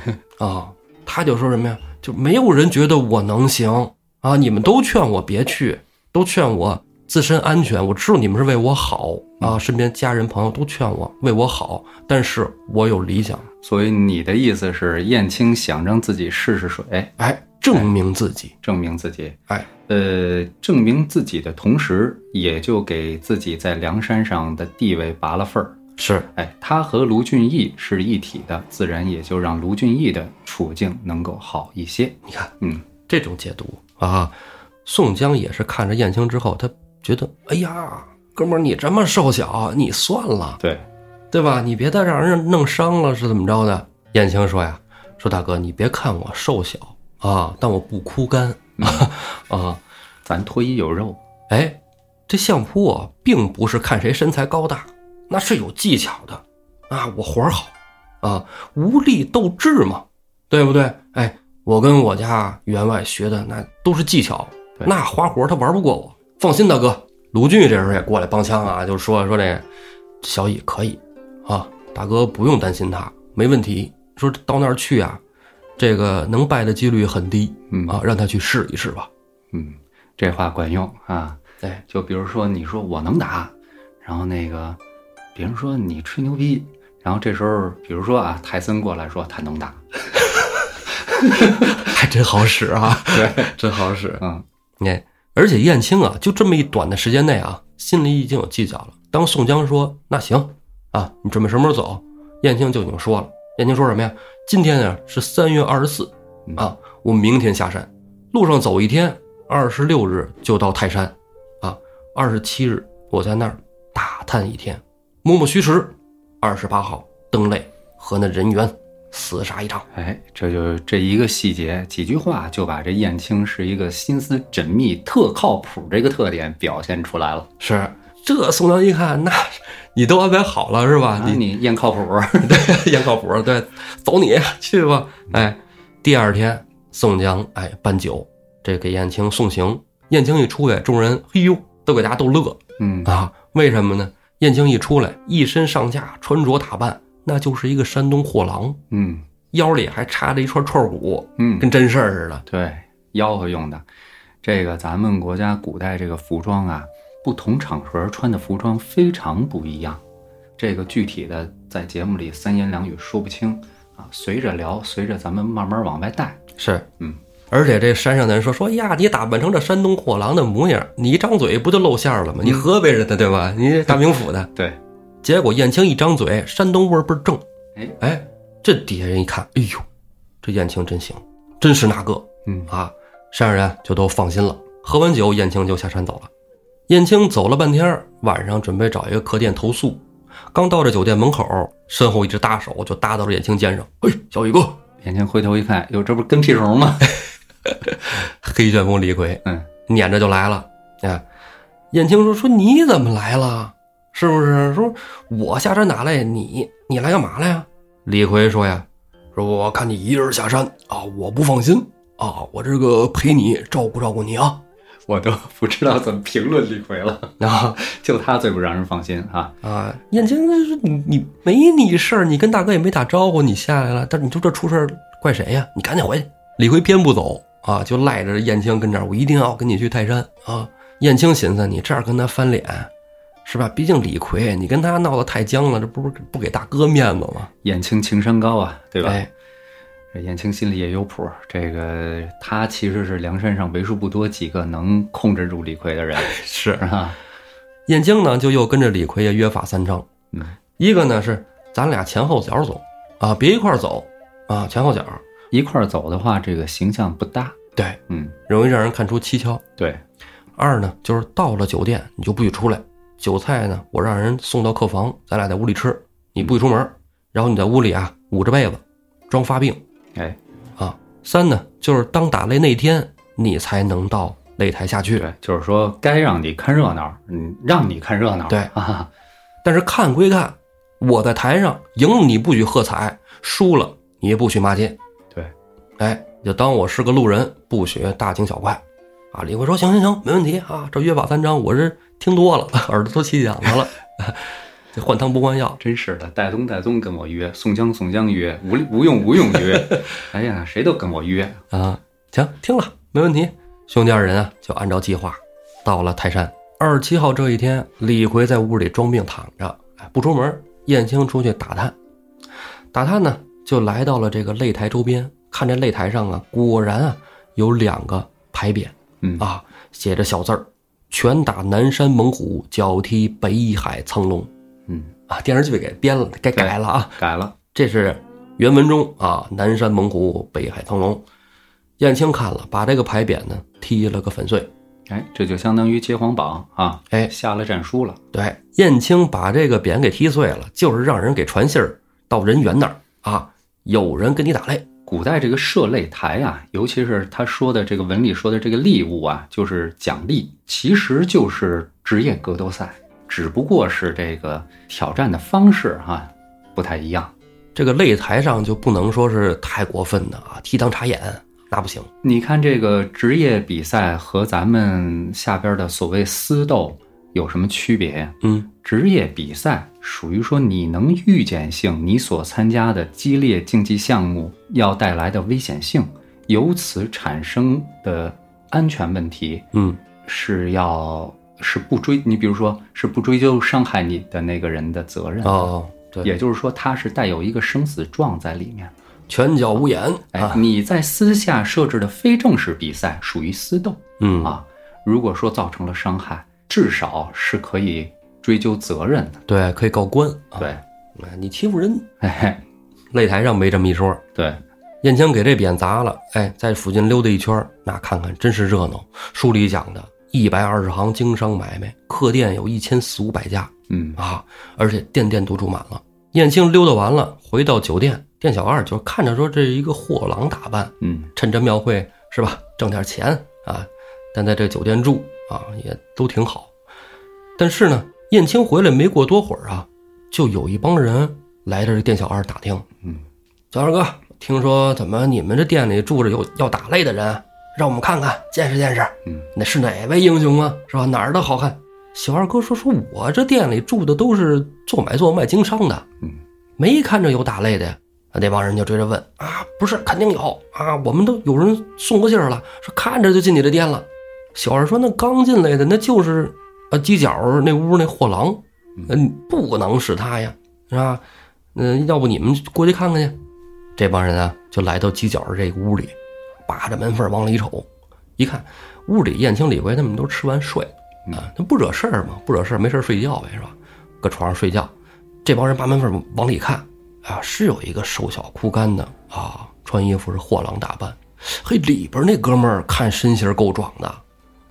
S1: 啊！他就说什么呀？就没有人觉得我能行啊！你们都劝我别去，都劝我自身安全。我知道你们是为我好啊，身边家人朋友都劝我为我好，但是我有理想，
S2: 所以你的意思是，燕青想让自己试试水，
S1: 哎，证明自己，
S2: 证明自己。
S1: 哎，
S2: 呃，证明自己的同时，也就给自己在梁山上的地位拔了份儿。
S1: 是
S2: 哎，他和卢俊义是一体的，自然也就让卢俊义的处境能够好一些。
S1: 你看
S2: 嗯，
S1: 这种解读啊。宋江也是看着燕青之后，他觉得，哎呀，哥们儿，你这么瘦小，你算了。
S2: 对，
S1: 对吧？你别再让人弄伤了，是怎么着的？燕青说呀：“说大哥，你别看我瘦小啊，但我不枯干 [laughs] 啊。
S2: 咱脱衣有肉，
S1: 哎，这相扑啊，并不是看谁身材高大，那是有技巧的啊。我活儿好啊，无力斗智嘛，对不对？哎，我跟我家员外学的那都是技巧，
S2: 对
S1: 那花活儿他玩不过我。放心，大哥，卢俊这时候也过来帮腔啊，就说说这个小乙可以啊，大哥不用担心他，没问题。说到那儿去啊，这个能败的几率很低
S2: 嗯
S1: 啊，让他去试一试吧。 [laughs]
S2: 嗯，这话管用啊。
S1: 哎，
S2: 就比如说，你说我能打，然后那个别人说你吹牛逼，然后这时候，比如说啊，泰森过来说他能打，
S1: 还真好使啊，
S2: 对，
S1: 真好使。
S2: [laughs] 嗯，
S1: 哎，而且燕青啊，就这么一短的时间内啊，心里已经有计较了。当宋江说“那行啊，你准备什么时候走”，燕青就已经说了。燕青说什么呀？今天啊是三月二十四
S2: 嗯
S1: 啊，我明天下山，路上走一天，二十六日就到泰山，啊，二十七日我在那儿打探一天，摸摸虚实。二十八号登擂和那人猿厮杀一场。
S2: 哎，这就这一个细节，几句话就把这燕青是一个心思缜密、特靠谱这个特点表现出来了。
S1: 是这宋江一看，那你都安排好了是吧？
S2: 啊，
S1: 你
S2: 你燕靠谱，
S1: [laughs] 对，也靠谱。对，走你去吧。哎，第二天，宋江哎搬酒，这给燕青送行。燕青一出来，众人嘿呦，都给大家逗乐
S2: [laughs] 嗯，
S1: 啊。为什么呢？燕青一出来，一身上下穿着打扮，那就是一个山东货郎，
S2: 嗯
S1: 腰里还插着一串串鼓，
S2: 嗯，
S1: 跟真事儿似的。
S2: 对，吆喝用的。这个咱们国家古代这个服装啊，不同场合穿的服装非常不一样。这个具体的在节目里三言两语说不清啊，随着聊，随着咱们慢慢往外带。
S1: 是，
S2: 嗯。
S1: 而且这山上的人说说哎呀，你打扮成这山东货郎的模样，你一张嘴不就露馅儿了吗？你河北人的对吧？你大名府的，
S2: 对，
S1: 结果燕青一张嘴，山东味儿倍儿正。
S2: 哎
S1: 哎，这底下人一看，哎呦，这燕青真行，真是那个
S2: 嗯
S1: 啊！山上人就都放心了。喝完酒，燕青就下山走了。燕青走了半天儿，晚上准备找一个客店投宿。刚到这酒店门口，身后一只大手就搭到了燕青肩上。哎，小宇哥，
S2: 眼睛回头一看，哟，这不是跟屁虫吗？ [laughs]
S1: 黑旋风李逵
S2: 嗯，
S1: 撵着就来了。哎，燕青说：“说你怎么来了？是不是？说我下山打来，你你来干嘛来呀？”李逵说：“呀，说我看你一人下山啊，我不放心啊，我这个陪你照顾照顾你啊 [laughs]
S2: 我都不知道怎么评论李逵了，
S1: 啊
S2: 就他最不让人放心啊。
S1: 啊！”燕青就说：“你你没你事儿，你跟大哥也没打招呼，你下来了，但是你就这出事儿怪谁呀？你赶紧回去。”李逵偏不走啊，就赖着燕青跟这儿，我一定要跟你去泰山啊！燕青寻思，你这样跟他翻脸，是吧？毕竟李逵，你跟他闹得太僵了，这不是不给大哥面子吗？
S2: 燕青情商高啊，对吧？
S1: 哎，
S2: 这燕青心里也有谱儿，这个他其实是梁山上为数不多几个能控制住李逵
S1: [laughs]
S2: 的人，
S1: 是
S2: 是吧？
S1: 燕青呢，就又跟着李逵也约法三章，
S2: 嗯，
S1: 一个呢是咱俩前后脚走啊，别一块儿走啊，前后脚，
S2: 一块儿走的话，这个形象不搭。
S1: 对，
S2: 嗯，
S1: 容易让人看出蹊跷。
S2: 对，
S1: 二呢，就是到了酒店你就不许出来，酒菜呢我让人送到客房，咱俩在屋里吃，你不许出门，然后你在屋里啊捂着被子，装发病
S2: 哎，
S1: 啊。三呢，就是当打擂那天你才能到擂台下去，
S2: 对，就是说该让你看热闹，嗯，让你看热闹。
S1: 对
S2: 啊，
S1: 但是看归看，我在台上赢了你不许喝彩，输了你也不许骂街，
S2: 对，
S1: 哎，就当我是个路人，不许大惊小怪。啊，李逵说：“行行行，没问题啊，这约法三章我是听多了， [laughs] 耳朵都起茧子了， [laughs] 这换汤不换药。
S2: 真是的，戴宗戴宗跟我约，宋江宋江约，吴吴用吴用约，
S1: [laughs]
S2: 哎呀，谁都跟我约。
S1: 啊，行，听了没问题。兄弟二人啊，就按照计划到了泰山。二十七号这一天，李逵在屋里装病躺着，哎，不出门。燕青出去打探，打探呢，就来到了这个擂台周边，看这擂台上啊，果然啊有两个牌匾
S2: 嗯，
S1: 啊，写着小字儿：“拳打南山猛虎，脚踢北海苍龙。
S2: 嗯，”
S1: 啊，电视剧给编了，该改了啊。
S2: 改了，
S1: 这是原文中啊，南山猛虎，北海苍龙。燕青看了，把这个牌匾呢踢了个粉碎。
S2: 哎，这就相当于揭黄榜啊，
S1: 哎
S2: 下了战书了。
S1: 对，燕青把这个匾给踢碎了，就是让人给传信儿到人员那儿啊，有人跟你打擂。
S2: 古代这个设擂台啊，尤其是他说的这个文里说的这个利物啊，就是奖励，其实就是职业格斗赛，只不过是这个挑战的方式啊不太一样。
S1: 这个擂台上就不能说是太过分的啊，踢裆插眼那不行。
S2: 你看这个职业比赛和咱们下边的所谓私斗有什么区别？
S1: 嗯，
S2: 职业比赛属于说你能预见性，你所参加的激烈竞技项目要带来的危险性，由此产生的安全问题
S1: 嗯，
S2: 是要是不追你，比如说是不追究伤害你的那个人的责任，
S1: 哦，对，
S2: 也就是说他是带有一个生死状在里面。
S1: 拳脚无眼
S2: 哎
S1: 啊，，
S2: 你在私下设置的非正式比赛属于私斗
S1: 嗯，
S2: 啊，如果说造成了伤害，至少是可以追究责任的。
S1: 对，可以告官啊。
S2: 对，
S1: 哎，你欺负人，
S2: 哎，
S1: 擂台上没这么一说。
S2: 对。
S1: 燕青给这匾砸了，哎，在附近溜达一圈儿，那看看真是热闹。书里讲的，一百二十行经商买卖，客店有一千四五百家
S2: 嗯，
S1: 啊，而且店店都住满了。燕青溜达完了，回到酒店，店小二就看着说这一个货郎打扮，
S2: 嗯，
S1: 趁着庙会是吧，挣点钱啊，但在这酒店住啊也都挺好。但是呢，燕青回来没过多会儿啊，就有一帮人来这店小二打听，
S2: 嗯，
S1: 小二哥，听说怎么你们这店里住着有要打擂的人，让我们看看见识见识，
S2: 嗯，
S1: 那是哪位英雄啊，是吧？哪儿的好汉？小二哥说：“说我这店里住的都是做买做卖经商的，
S2: 嗯，
S1: 没看着有打擂的呀。”啊那帮人就追着问啊，不是，肯定有啊，我们都有人送过信儿了，说看着就进你这店了。小二说：“那刚进来的那就是啊，犄角儿那屋那货郎，嗯，不能是他呀，是吧？嗯、要不你们过去看看去。”这帮人啊，就来到犄角儿这个屋里，扒着门缝儿往里瞅，一看屋里燕青、李逵他们都吃完睡
S2: 嗯
S1: 啊，那不惹事儿嘛，不惹事儿，没事儿睡觉呗，是吧？搁床上睡觉，这帮人扒门缝儿往里看啊，是有一个瘦小枯干的啊，穿衣服是货郎打扮，嘿，里边那哥们儿看身形儿够壮的，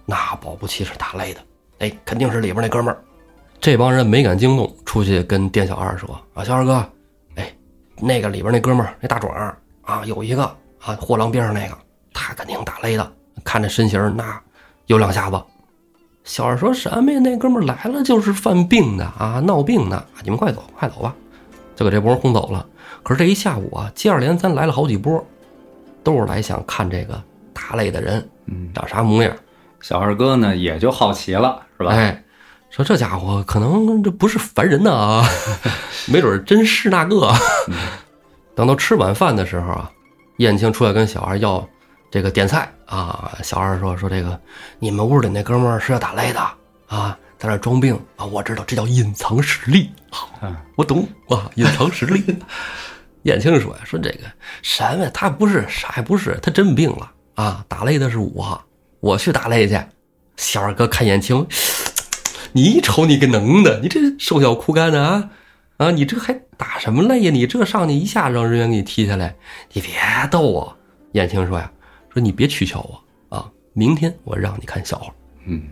S1: 那保不齐是打擂的，哎，肯定是里边那哥们儿。这帮人没敢惊动，出去跟店小二说：“啊，小二哥，哎，那个里边那哥们儿，那大壮儿啊，有一个啊，货郎边上那个，他肯定打擂的，看这身形儿那有两下子。”小二说：“什么呀？那哥们儿来了就是犯病的啊，闹病的，你们快走，快走吧！”就给这波人轰走了。可是这一下午啊，接二连三来了好几波，都是来想看这个打擂的人
S2: 嗯，
S1: 长啥模样。
S2: 小二哥呢也就好奇了，是吧？
S1: 哎，说这家伙可能这不是凡人呐啊， [laughs] 没准儿真是那个。
S2: 嗯
S1: [laughs] 等到吃晚饭的时候啊，燕青出来跟小二要这个点菜啊。小二说说这个你们屋里那哥们儿是要打擂的啊，在那儿装病啊，我知道这叫隐藏实力。好
S2: 嗯，
S1: 我懂啊，隐藏实力。 [laughs] 燕青说说这个什么呀？他不是啥也不是，他真病了啊，打擂的是我，我去打擂去。小二哥看燕青，你一瞅你个能的，你这瘦小枯干的啊啊！你这还打什么擂呀？你这上去一下让人员给你踢下来，你别逗我。燕青说呀，说你别取笑我啊，明天我让你看笑话。
S2: 嗯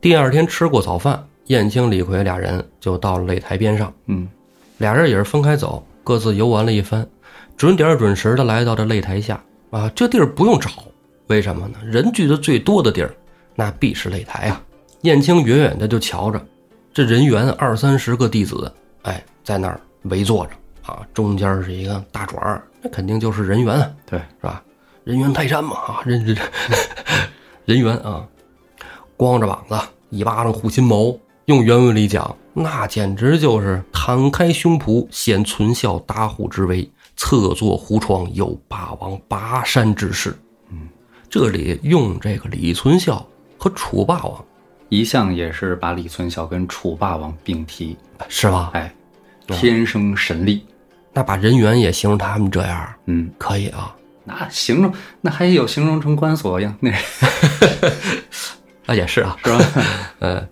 S1: 第二天吃过早饭，燕青、李逵俩人就到了擂台边上，
S2: 嗯
S1: 俩人也是分开走，各自游玩了一番，准点儿准时的来到这擂台下啊。这地儿不用找，为什么呢？人聚的最多的地儿，那必是擂台啊。燕青远远的就瞧着，这人员二三十个弟子，哎，在那儿围坐着啊，中间是一个大爪儿，那肯定就是人员啊，
S2: 对，
S1: [laughs] 是吧？人猿泰山嘛，啊，人人人猿啊，光着膀子，一巴掌护心毛。用原文里讲，那简直就是敞开胸脯，显存孝达虎之威，侧坐胡窗，有霸王拔山之势。
S2: 嗯，
S1: 这里用这个李存孝和楚霸王，
S2: 一向也是把李存孝跟楚霸王并提，
S1: 是吧？
S2: 哎，
S1: 嗯
S2: 天生神力，
S1: 那把人猿也形容他们这样，
S2: 嗯，
S1: 可以啊？
S2: 那形容那还有形容成关索 [laughs] 呀，那是
S1: 那也是啊。
S2: 是吧？
S1: 呃，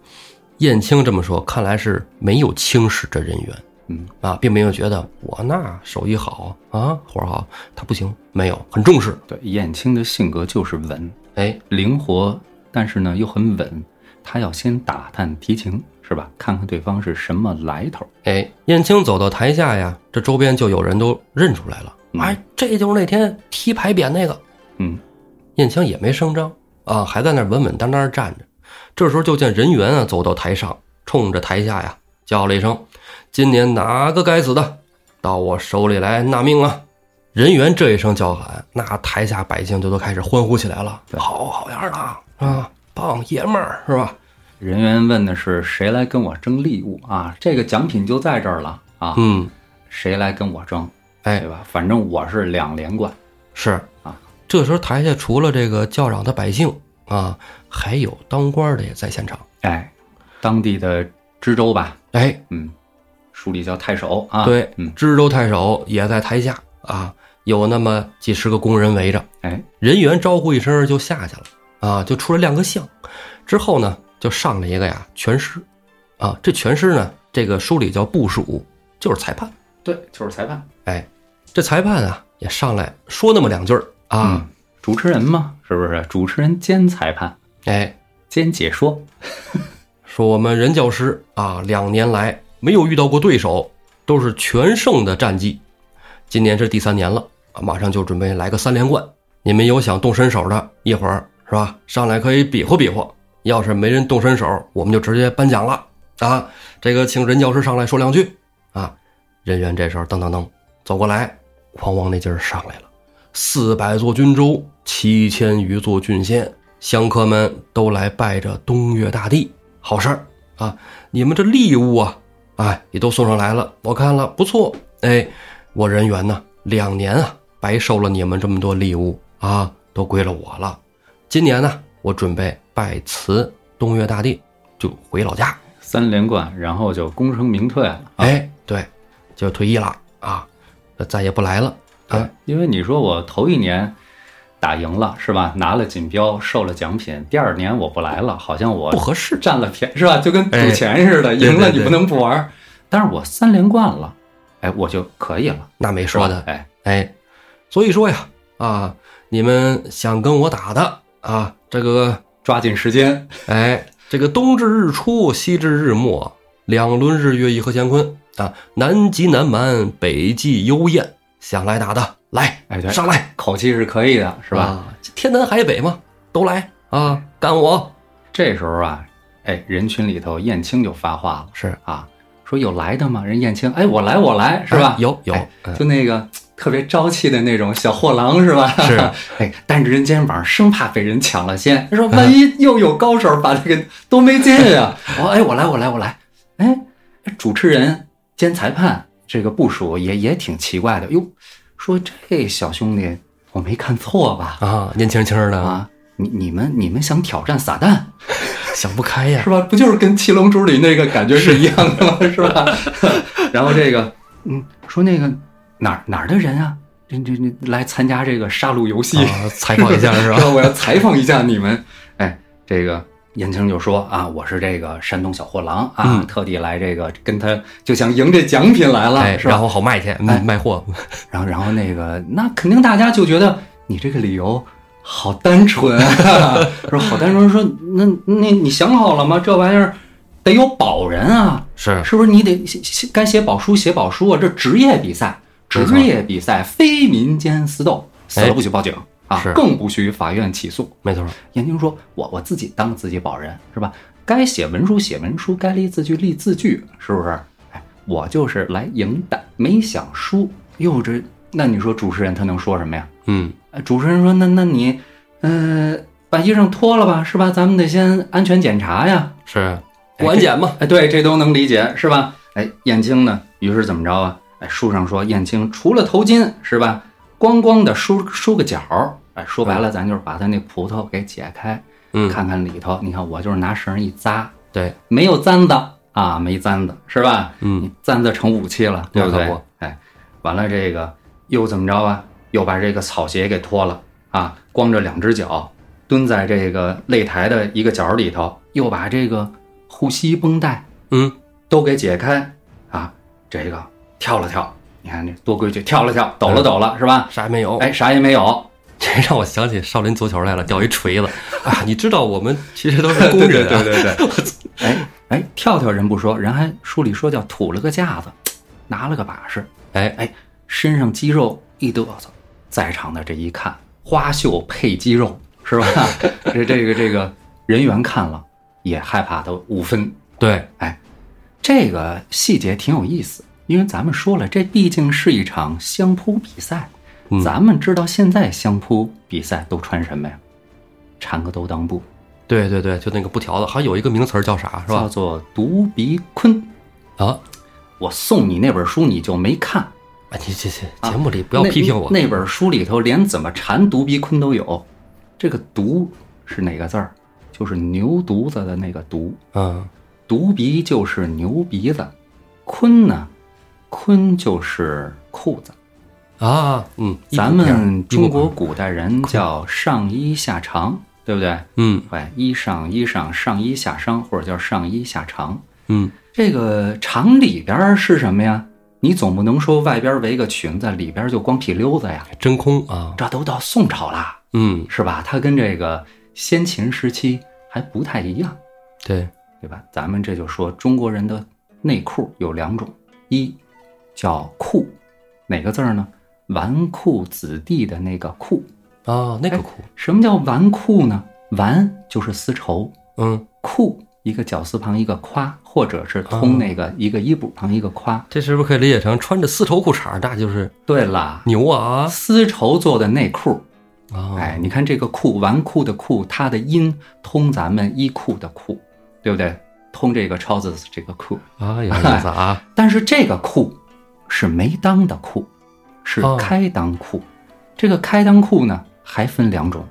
S1: 燕青这么说，看来是没有轻视这人猿，
S2: 嗯
S1: 啊，并没有觉得我那手艺好啊，活儿好，他不行，没有，很重视。
S2: 对，燕青的性格就是稳，
S1: 哎，
S2: 灵活，但是呢又很稳，他要先打探敌情，是吧？看看对方是什么来头。
S1: 哎，燕青走到台下呀，这周边就有人都认出来了。
S2: 嗯
S1: 哎，这就是那天踢牌匾那个。
S2: 嗯，
S1: 燕青也没声张啊，还在那儿稳稳当当站着。这时候就见人猿啊走到台上，冲着台下呀叫了一声：“今年哪个该死的，到我手里来纳命啊！”人猿这一声叫喊，那台下百姓就都开始欢呼起来了。
S2: 对
S1: 好好样的啊啊，棒爷们儿是吧？
S2: 人员问的是谁来跟我争利物啊？这个奖品就在这儿了啊，
S1: 嗯，
S2: 谁来跟我争，
S1: 哎
S2: 对，吧？反正我是两连冠。
S1: 是
S2: 啊。
S1: 这时候台下除了这个叫嚷的百姓啊，还有当官的也在现场。
S2: 哎，当地的知州吧，
S1: 哎，
S2: 嗯，书里叫太守啊。
S1: 对，
S2: 嗯，
S1: 知州太守也在台下啊，有那么几十个工人围着。
S2: 哎，
S1: 人员招呼一声就下去了啊，就出来亮个相。之后呢，就上了一个呀拳师啊，这拳师呢，这个书里叫部署，就是裁判。
S2: 对，就是裁判
S1: 哎，这裁判啊也上来说那么两句儿啊，
S2: 嗯，主持人嘛，是不是？主持人兼裁判
S1: 哎，
S2: 兼解说。
S1: 说我们任教师啊，两年来没有遇到过对手，都是全胜的战绩。今年是第三年了啊，马上就准备来个三连冠。你们有想动身手的，一会儿是吧？上来可以比划比划。要是没人动身手，我们就直接颁奖了啊！这个请任教师上来说两句啊。人员这时候噔噔噔走过来，哐哐那劲儿上来了，四百座军州，七千余座郡县，香客们都来拜着东岳大帝。好事儿啊！你们这礼物啊，哎，也都送上来了，我看了不错。哎，我人缘呢，两年啊，白收了你们这么多礼物啊，都归了我了。今年呢，我准备拜辞东岳大帝，就回老家。
S2: 三连冠，然后就功成名退了。啊，
S1: 哎，对，就退役了啊，再也不来了。
S2: 对，因为你说我头一年打赢了是吧？拿了锦标，受了奖品。第二年我不来了，好像我
S1: 不合适
S2: 占了便宜是吧？就跟赌
S1: 哎
S2: 钱似的，
S1: 对
S2: 赢了
S1: 对
S2: 你不
S1: 对
S2: 能不玩儿。但是我三连冠了，哎，我就可以了。
S1: 那没
S2: 是吧
S1: 说的，
S2: 哎，
S1: 哎，所以说呀，啊，你们想跟我打的啊，这个
S2: 抓紧时间，
S1: 哎，这个冬至日出，西至日没，两轮日月一合乾坤啊，南极南蛮，北极幽燕，想来打的来，
S2: 哎对
S1: 上来
S2: 口气是可以的，是吧？
S1: 啊天南海北嘛，都来啊，干我
S2: 这时候啊，哎，人群里头燕青就发话了
S1: 是
S2: 啊，说有来的吗？人燕青，哎，我来，我来，是吧？
S1: 哎有有
S2: 哎
S1: 嗯
S2: 就那个特别朝气的那种小货郎，是吧？
S1: 是，
S2: [laughs] 哎，担着人肩膀，生怕被人抢了先。
S1: 嗯
S2: 说万一又有高手把这个都没进
S1: [laughs]
S2: 啊！哦，哎，我来，我来，我来。哎，主持人兼裁判这个部署也也挺奇怪的哟。说这小兄弟，我没看错吧？
S1: 啊，年轻轻的
S2: 啊，你你们你们想挑战撒旦？
S1: 想不开呀
S2: [laughs] 是，吧？不就是跟《七龙珠》里那个感觉是一样的吗？是吧？ [laughs] 然后这个，嗯，说那个哪儿哪儿的人啊，这这这来参加这个杀戮游戏， [laughs]
S1: 啊采访一下是吧
S2: 我要采访一下你们。 [laughs] 哎，这个严青就说啊，我是这个山东小货郎啊，
S1: 嗯
S2: 特地来这个跟他就想赢这奖品来了，
S1: 哎，
S2: 啊是吧
S1: 然？后好卖去，嗯
S2: 哎
S1: 卖货，
S2: 然后，然后那个，那肯定大家就觉得你这个理由好单纯、啊， [laughs] 说好单纯，说那那你想好了吗？这玩意儿得有保人啊，
S1: 是
S2: 是不是？你得写写该写保书写保书啊，这职业比赛，职
S1: 没错
S2: 业比赛非民间私斗，死
S1: 哎
S2: 了不许报警、
S1: 是
S2: 啊，更不许法院起诉。
S1: 没错，
S2: 严青说：“我我自己当自己保人是吧？该写文书写文书，该立字据立字据，是不是？哎，我就是来赢的，没想输。哟，这那你说主持人他能说什么呀？
S1: 嗯，
S2: 呃主持人说：那那你，呃，把衣裳脱了吧，是吧？咱们得先安全检查呀。
S1: 是
S2: 哎
S1: 过安检嘛？
S2: 哎，对，这都能理解，是吧？哎，燕京呢？于是怎么着啊？哎，书上说燕京除了头巾，是吧？光光的梳梳个角儿，哎，说白了，咱就是把他那葡萄给解开，
S1: 嗯，
S2: 看看里头。你看，我就是拿绳一扎，
S1: 对，
S2: 没有簪子啊，没簪子，是吧？
S1: 嗯
S2: 你，簪子成武器了，对不
S1: 那
S2: 对
S1: 可不？
S2: 哎，完了这个又怎么着啊？又把这个草鞋给脱了啊，光着两只脚蹲在这个擂台的一个角里头，又把这个护膝绷带
S1: 嗯
S2: 都给解开啊，这个跳了跳，你看这多规矩，跳了跳，抖了
S1: 嗯
S2: 抖了，是吧？
S1: 啥也没有。
S2: 哎，啥也没有，
S1: [laughs] 这让我想起少林足球来了，掉一锤子啊！你知道我们其实都是工人啊，
S2: [laughs] 对对对， [laughs] 哎哎，跳跳人不说，人还书里说叫吐了个架子，拿了个把式，
S1: [laughs] 哎，
S2: 哎，身上肌肉一嘚瑟，在场的这一看，花袖配肌肉是吧？ [laughs] 这这个这个人员看了也害怕的五分。
S1: 对，
S2: 哎这个细节挺有意思，因为咱们说了，这毕竟是一场相扑比赛。
S1: 嗯
S2: 咱们知道现在相扑比赛都穿什么呀？缠个兜裆布，
S1: 对对对，就那个布条子，好像有一个名词儿叫啥是
S2: 叫
S1: 吧？
S2: 做独臂鲲。
S1: 啊，
S2: 我送你那本书，你就没看。
S1: 啊你这这节目里不要
S2: 那
S1: 批评我，
S2: 那本书里头连怎么缠独臂鲲都有，这个“独”是哪个字儿？就是牛犊子的那个“犊
S1: 嗯，”，
S2: 独鼻就是牛鼻子，鲲呢，鲲就是裤子。
S1: 啊，嗯，一
S2: 咱
S1: 股片儿
S2: 们中，
S1: 一
S2: 国
S1: 股片儿
S2: 古代人叫上衣下长，对不对？
S1: 嗯
S2: 哎，衣裳衣裳，上衣下裳，或者叫上衣下长。
S1: 嗯，
S2: 这个长里边儿是什么呀？你总不能说外边围个裙子，里边就光屁溜子呀？
S1: 真空啊，
S2: 这都到宋朝啦，
S1: 嗯，
S2: 是吧？它跟这个先秦时期还不太一样，
S1: 对，
S2: 对吧？咱们这就说中国人的内裤有两种，一叫裤，哪个字儿呢？纨绔子弟的那个绔。
S1: 啊，
S2: 哎
S1: 那个裤，
S2: 什么叫纨绔呢？纨就是丝绸，
S1: 嗯，
S2: 绔一个绞丝旁一个夸，或者是
S1: 哦
S2: 通那个一个衣补旁一个夸。
S1: 这是不是可以理解成穿着丝绸裤衩儿，那就是
S2: 对啦，
S1: 牛啊
S2: 丝绸做的内裤，
S1: 啊，
S2: 哎，你看这个裤，纨绔的绔，它的音通咱们衣裤的裤，对不对？通这个超子这个裤，
S1: 啊，有意思
S2: [laughs]
S1: 啊，
S2: 但是这个裤是没裆的裤，是
S1: 哦
S2: 开裆裤。这个开裆裤呢，还分两种。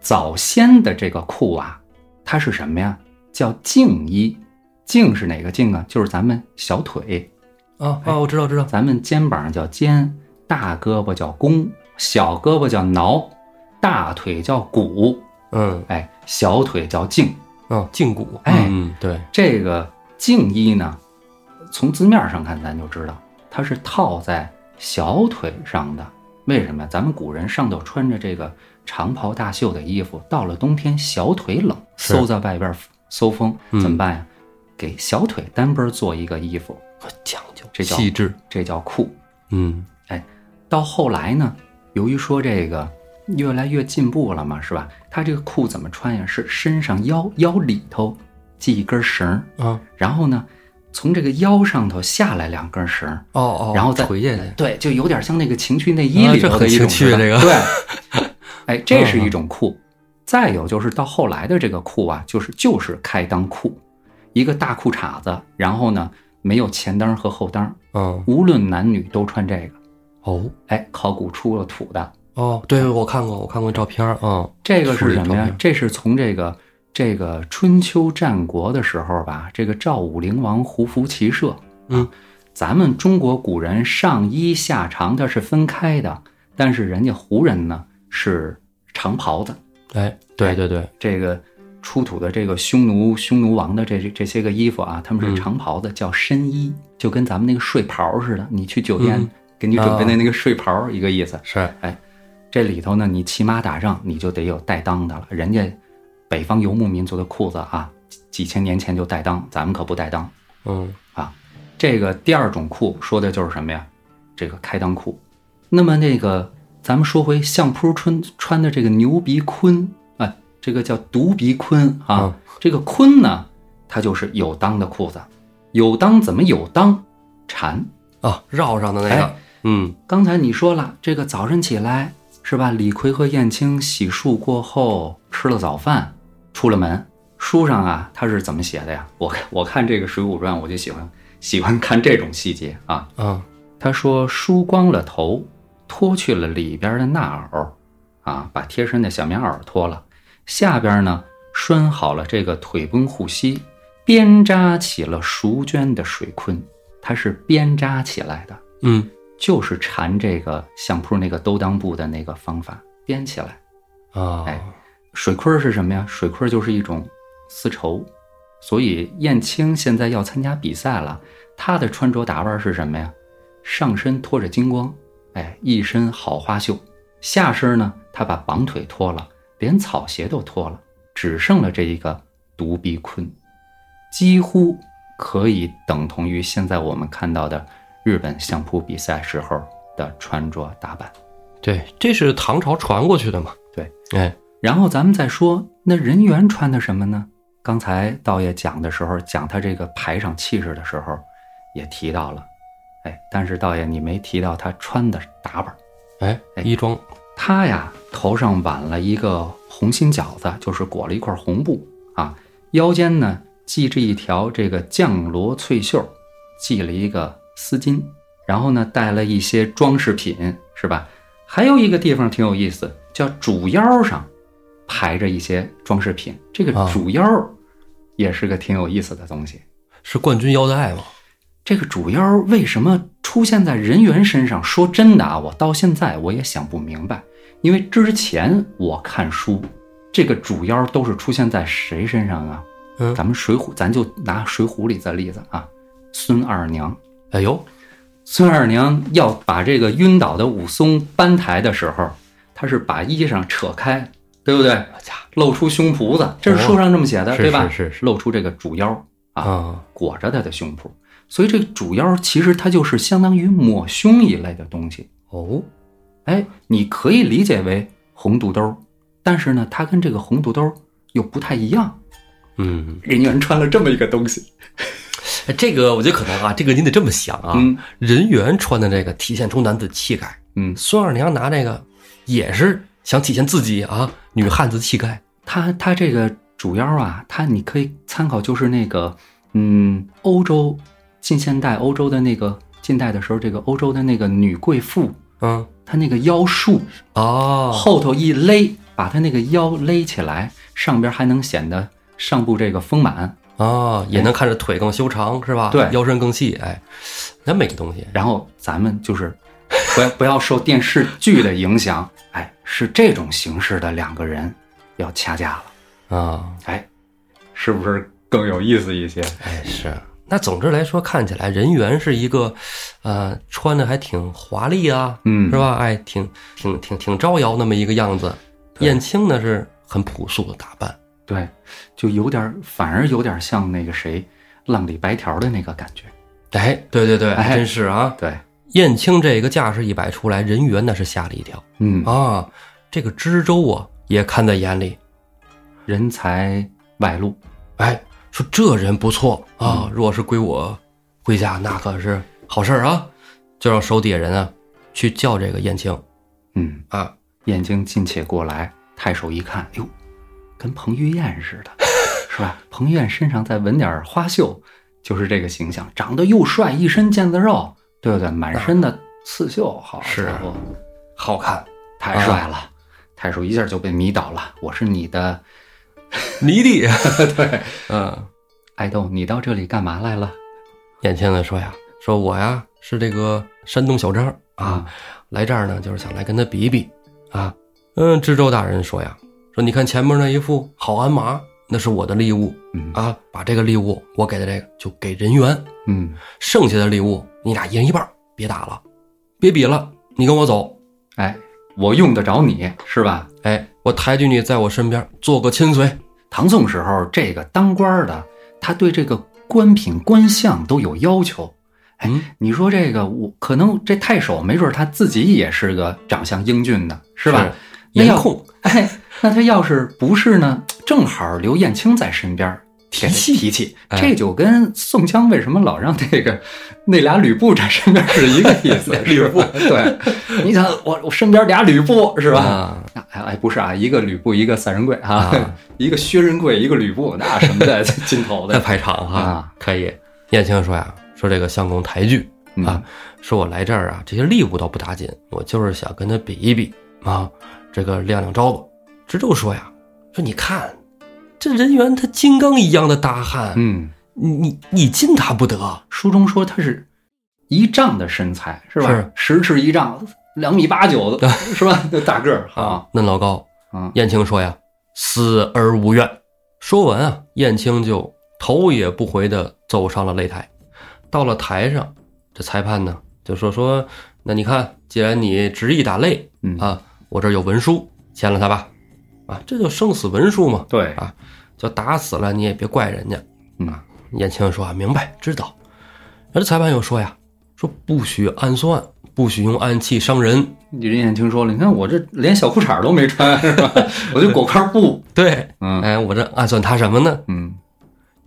S2: 早先的这个裤啊，它是什么呀？叫胫衣。胫是哪个胫啊？就是咱们小腿，
S1: 啊啊，我知道知道，
S2: 咱们肩膀叫肩，大胳膊叫弓，小胳膊叫挠，大腿叫骨，
S1: 嗯
S2: 哎，小腿叫胫。
S1: 嗯，胫骨，
S2: 哎
S1: 嗯，对，
S2: 这个胫衣呢，从字面上看，咱就知道它是套在小腿上的。为什么呀？咱们古人上头穿着这个长袍大袖的衣服，到了冬天小腿冷，
S1: 是
S2: 嗖在外边搜风，
S1: 嗯
S2: 怎么办呀？给小腿单边做一个衣服，
S1: 很讲究，
S2: 这叫
S1: 细致，
S2: 这叫裤。
S1: 嗯
S2: 到后来呢，由于说这个越来越进步了嘛，是吧？他这个裤怎么穿呀？是身上腰腰里头系一根绳儿，
S1: 啊，
S2: 然后呢，从这个腰上头下来两根绳儿，
S1: 哦哦，
S2: 然后再
S1: 垂下去，
S2: 对，就有点像那个情趣内衣里
S1: 啊这
S2: 头的
S1: 很
S2: 一
S1: 情
S2: 种
S1: 趣
S2: 绳儿
S1: 这个嗯
S2: 对，
S1: [laughs]
S2: 哎，这是一种裤。再有就是到后来的这个裤啊，就是就是开裆裤，一个大裤衩子，然后呢没有前裆和后裆，
S1: 嗯，
S2: 无论男女都穿这个。
S1: 哦
S2: 哎，考古出了土的，
S1: 哦，对我看过，我看过照片儿，嗯
S2: 这个是什么
S1: 处理照
S2: 呀
S1: 片？
S2: 这是从这个这个春秋战国的时候吧，这个赵武灵王胡服骑射，啊
S1: 嗯，
S2: 咱们中国古人上衣下长它是分开的，但是人家胡人呢是长袍子，
S1: 哎，对对对，
S2: 这个出土的这个匈奴匈奴王的这这这些个衣服啊，他们
S1: 嗯
S2: 是长袍子，叫深衣，就跟咱们那个睡袍似的，你去酒店、
S1: 嗯
S2: 给你准备
S1: 啊
S2: 的那个睡袍一个意思。
S1: 是，
S2: 这里头呢，你骑马打仗，你就得有带裆的了。人家北方游牧民族的裤子啊，几几千年前就带裆，咱们可不带裆。
S1: 嗯
S2: 这个第二种裤说的就是什么呀？这个开裆裤。那么那个，咱们说回相扑春穿的这个牛鼻鲲啊，这个叫独鼻鲲啊，
S1: 嗯
S2: 这个鲲呢，它就是有裆的裤子。有裆怎么有裆？缠。
S1: 啊，绕上的那个
S2: 哎，
S1: 嗯
S2: 刚才你说了，这个早晨起来是吧？李逵和燕青洗漱过后吃了早饭，出了门。书上啊，他是怎么写的呀？我我看这个《水浒传》，我就喜欢喜欢看这种细节啊。
S1: 啊，
S2: 他说梳光了头，脱去了里边的衲袄，啊，把贴身的小棉袄脱了，下边呢拴好了这个腿绷护膝，编扎起了淑娟的水坤，它是编扎起来的，
S1: 嗯，
S2: 就是缠这个相扑那个兜裆布的那个方法编起来。
S1: 啊，
S2: 哎水坤儿是什么呀？水坤儿就是一种丝绸，所以燕青现在要参加比赛了，她的穿着打扮是什么呀？上身拖着金光，哎，一身好花袖；下身呢，她把绑腿脱了，连草鞋都脱了，只剩了这一个独臂坤，几乎可以等同于现在我们看到的日本相扑比赛时候的穿着打扮。
S1: 对，这是唐朝传过去的嘛？
S2: 对，
S1: 哎，
S2: 然后咱们再说，那人猿穿的什么呢？刚才道爷讲的时候，讲他这个排场气质的时候，也提到了。哎，但是道爷你没提到他穿的打扮。
S1: 哎，
S2: 哎
S1: 衣装，
S2: 他呀头上挽了一个红心饺子，就是裹了一块红布啊，腰间呢系着一条这个绛罗翠袖，系了一个丝巾，然后呢带了一些装饰品，是吧？还有一个地方挺有意思，叫主腰上排着一些装饰品，这个
S1: 啊
S2: 主腰也是个挺有意思的东西。
S1: 是冠军腰带嘛？
S2: 这个主妖为什么出现在人猿身上？说真的啊，我到现在我也想不明白，因为之前我看书，这个主妖都是出现在谁身上啊？
S1: 嗯
S2: 咱们《水浒》，咱就拿《水浒》里的例子啊，孙二娘。
S1: 哎呦，
S2: 孙二娘要把这个晕倒的武松搬抬的时候，她是把衣裳扯开，对不对？
S1: 好家
S2: 露出胸脯子，这是书上这么写的，
S1: 哦
S2: 对吧？
S1: 是是
S2: 露出这个主腰
S1: 伙
S2: 啊。
S1: 啊，
S2: 裹着他的胸脯，所以这个主腰其实它就是相当于抹胸一类的东西。
S1: 哦，
S2: 哎，你可以理解为红肚兜，但是呢，它跟这个红肚兜又不太一样。
S1: 嗯，
S2: 人猿穿了这么一个东西，
S1: 哎这个我觉得可能啊，这个你得这么想啊，
S2: 嗯
S1: 人猿穿的这个体现出男子气概，
S2: 嗯，
S1: 孙二娘拿这个也是想体现自己啊，女汉子气概。
S2: 它它这个主腰啊，它你可以参考就是那个嗯，欧洲近现代欧洲的那个近代的时候，这个欧洲的那个女贵妇，
S1: 嗯，
S2: 她那个腰束，
S1: 哦，
S2: 后头一勒，把他那个腰勒起来，上边还能显得上部这个丰满，
S1: 哦，也能看着腿更修长是吧？
S2: 哎对
S1: 腰身更细。哎，那每个东西，
S2: 然后咱们就是 [laughs] 不要不要受电视剧的影响，哎，是这种形式的两个人要掐架了，
S1: 啊，
S2: 哎，是不是更有意思一些？
S1: 哎是。那总之来说，看起来人猿是一个，呃，穿的还挺华丽啊，
S2: 嗯
S1: 是吧？哎，挺挺挺挺招摇那么一个样子。
S2: 对
S1: 燕青呢是很朴素的打扮，
S2: 对，就有点反而有点像那个谁浪里白条的那个感觉，
S1: 哎，对对对，
S2: 哎
S1: 真是啊。
S2: 对，
S1: 燕青这个架势一摆出来，人猿那是吓了一跳
S2: 嗯，
S1: 啊。这个知州啊也看在眼里，
S2: 人才外露，
S1: 哎，说这人不错啊，若是归我麾下，那可是好事儿啊！就让手底下人啊去叫这个燕青
S2: 嗯，
S1: 啊，
S2: 燕京近且过来，太守一看，哟，跟彭于晏似的， [laughs] 是吧？彭于晏身上再纹点儿花绣，就是这个形象，长得又帅，一身腱子肉，对不对？满身的刺绣，好
S1: 是
S2: 家伙，
S1: 好看，
S2: 太帅了！太守一下就被迷倒了。我是你的
S1: 迷弟。 [laughs] 对，嗯，
S2: 爱豆，哎你到这里干嘛来了？
S1: 燕青呢说呀，说我呀是这个山东小张啊
S2: 啊，
S1: 来这儿呢就是想来跟他比一比啊。嗯，知州大人说呀，说你看前面那一副好鞍马，那是我的礼物
S2: 嗯
S1: 啊，把这个礼物我给的这个就给人猿。
S2: 嗯，
S1: 剩下的礼物你俩一人一半儿，别打了，别比了，你跟我走。
S2: 哎，我用得着你是吧？
S1: 哎，我抬举你在我身边，做个亲
S2: 哎
S1: 随。
S2: 唐宋时候，这个当官儿的，他对这个官品官相都有要求。哎
S1: 嗯，
S2: 你说这个，我可能这太守没准他自己也是个长相英俊的，是吧？那
S1: 颜
S2: 要 [laughs]
S1: 控，，
S2: 哎，那他要是不是呢？正好刘彦青在身边，提气提气，这就跟宋江为什么老让那个那俩吕布站身边是一个意思
S1: [laughs] 吕布
S2: 是吧对，你想我我身边俩吕布是吧？
S1: 啊，
S2: 哎哎，不是啊，一个吕布，一个赛仁贵啊
S1: 啊，
S2: [laughs] 一个薛仁贵，一个吕布，那什么
S1: [laughs]
S2: 的劲头
S1: 在
S2: 的
S1: 排场哈、
S2: 啊
S1: 可以。燕青说呀，说这个相公抬举
S2: 嗯
S1: 啊，说我来这儿啊，这些力物倒不打紧，我就是想跟他比一比啊，这个亮亮招吧。知州说呀，说你看，这人猿他金刚一样的大汉，
S2: 嗯，
S1: 你你你进他不得，
S2: 书中说他是一丈的身材是吧？
S1: 是
S2: 十尺一丈，两米八九的是吧？那大个儿啊
S1: 嫩老高。
S2: 啊，
S1: 燕青说呀，死而无怨。说完啊，燕青就头也不回的走上了擂台。到了台上，这裁判呢就说说，那你看，既然你执意打擂
S2: 嗯
S1: 啊，我这儿有文书，签了他吧。啊，这就生死文书嘛，
S2: 对
S1: 啊就打死了你也别怪人家。
S2: 嗯
S1: 燕青说啊，明白，知道。而这裁判又说呀，说不许暗算，不许用暗器伤人。
S2: 你人眼听说了，你看我这连小裤衩都没穿是吧？我就裹块布，
S1: 对，
S2: 嗯
S1: 哎，我这暗算他什么呢？
S2: 嗯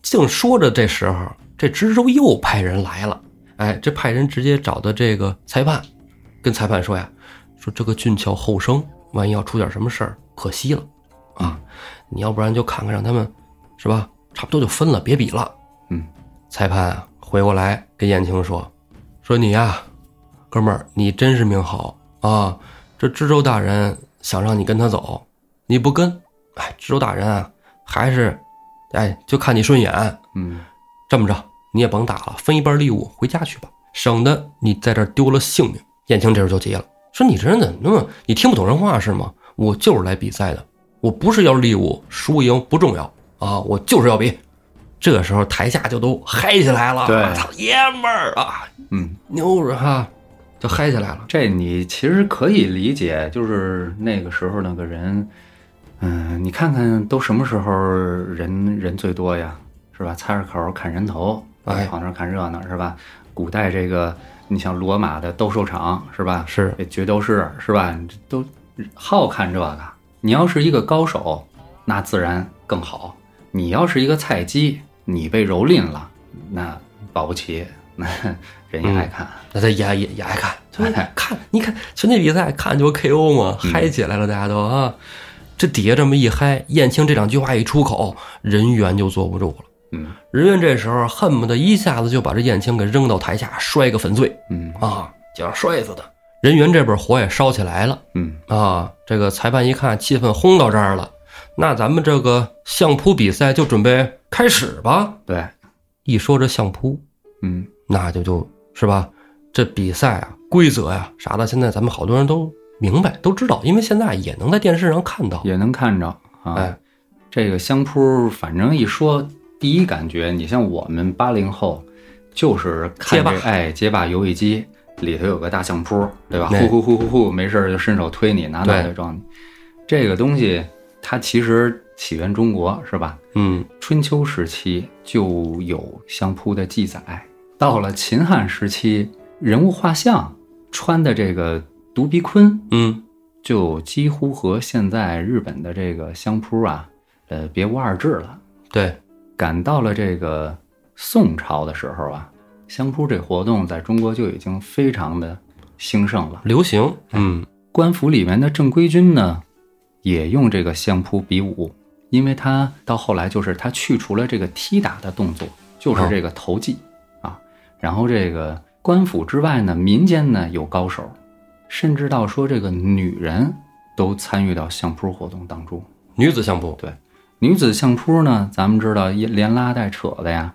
S1: 正说着，这时候这知州又派人来了。哎，这派人直接找的这个裁判，跟裁判说呀，说这个俊俏后生，万一要出点什么事儿，可惜了啊！你要不然就看看，让他们是吧？差不多就分了，别比了。
S2: 嗯，
S1: 裁判啊，回过来跟燕青说，说你呀、哥们儿，你真是命好啊！这知州大人想让你跟他走，你不跟，哎，知州大人啊，还是，哎，就看你顺眼。
S2: 嗯
S1: 这么着，你也甭打了，分一半利物回家去吧，省得你在这儿丢了性命。燕青这时候就急了，说：“你这人怎么那么……你听不懂人话是吗？我就是来比赛的，我不是要利物，输赢不重要啊，我就是要比。”这个时候台下就都嗨起来了，
S2: 对
S1: 操爷们儿啊，
S2: 嗯，
S1: 牛着哈，就嗨起来了。
S2: 这你其实可以理解，就是那个时候那个人，嗯，你看看都什么时候人人最多呀，是吧？菜市口砍人头，
S1: 哎
S2: 跑那儿看热闹是吧？古代这个，你像罗马的斗兽场是吧？
S1: 是
S2: 这决斗士是吧？你这都好看这个。你要是一个高手，那自然更好；你要是一个菜鸡，你被蹂躏了，那保不齐 [laughs] 那人也
S1: 嗯
S2: 爱看。
S1: 那他也也也爱看，就看你看拳击比赛看就 KO 嘛，嗨起来了，大家都啊，这底下这么一嗨，燕青这两句话一出口，人猿就坐不住了。
S2: 嗯
S1: 人猿这时候恨不得一下子就把这燕青给扔到台下，摔个粉碎
S2: 嗯
S1: 啊，就要摔死他。人猿这边火也烧起来了
S2: 嗯
S1: 啊，这个裁判一看气氛轰到这儿了，那咱们这个相扑比赛就准备开始吧。
S2: 对，
S1: 一说这相扑，
S2: 嗯
S1: 那就就是吧，这比赛啊、规则呀、啥的，现在咱们好多人都明白、都知道，因为现在也能在电视上看到。
S2: 也能看着啊。
S1: 哎
S2: 这个相扑，反正一说，第一感觉，你像我们八零后，就是
S1: 街
S2: 看这
S1: 霸
S2: 哎街霸游戏机里头有个大相扑，对吧？
S1: 对
S2: 呼呼呼呼呼，没事儿就伸手推你，拿脑袋
S1: 对
S2: 撞你。这个东西它其实起源中国是吧？
S1: 嗯，
S2: 春秋时期就有相扑的记载，到了秦汉时期，人物画像穿的这个独鼻坤，
S1: 嗯，
S2: 就几乎和现在日本的这个相扑啊，呃，别无二致了。
S1: 对，
S2: 赶到了这个宋朝的时候啊，相扑这活动在中国就已经非常的兴盛了。
S1: 流行。嗯，
S2: 官府里面的正规军呢，也用这个相扑比武，因为他到后来就是他去除了这个踢打的动作，就是这个投技、啊。然后这个官府之外呢，民间呢有高手，甚至到说这个女人都参与到相扑活动当中。
S1: 女子相扑。
S2: 女子相扑呢，咱们知道一连拉带扯的呀，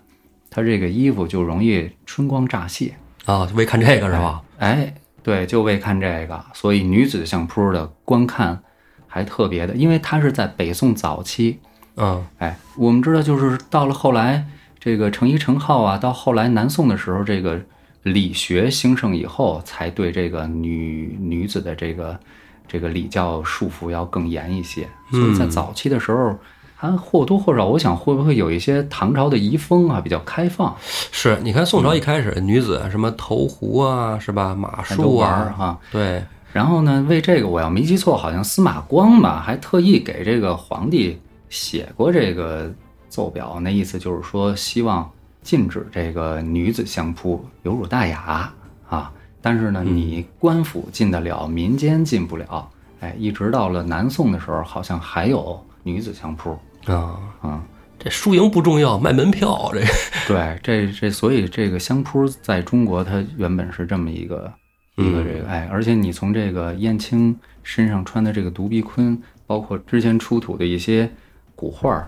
S2: 她这个衣服就容易春光乍泄，
S1: 啊，就为看这个是吧？
S2: 哎，对，就为看这个，所以女子相扑的观看还特别的，因为它是在北宋早期。
S1: 嗯，
S2: 哎，我们知道，就是到了后来，这个程颐、程颢啊，到后来南宋的时候，这个理学兴盛以后，才对这个女女子的这个这个礼教束缚要更严一些。所以在
S1: 嗯
S2: 早期的时候，还或多或少，我想会不会有一些唐朝的遗风啊，比较开放，
S1: 是你看宋朝一开始，女子什么投壶啊，是吧？马
S2: 哎咱都
S1: 术
S2: 玩儿
S1: 啊，
S2: 哈、
S1: 对，
S2: 然后呢，为这个我要没记错，好像司马光吧，还特意给这个皇帝写过这个奏表，那意思就是说希望禁止这个女子相扑，有辱大雅啊。但是呢，你官府进得了，民间进不了。哎，一直到了南宋的时候，好像还有女子相扑
S1: 啊，
S2: 啊。
S1: 这输赢不重要，卖门票这个
S2: 对，这这所以这个相扑在中国它原本是这么一个一个
S1: 嗯
S2: 这个哎，而且你从这个燕青身上穿的这个独臂鲲，包括之前出土的一些古画儿，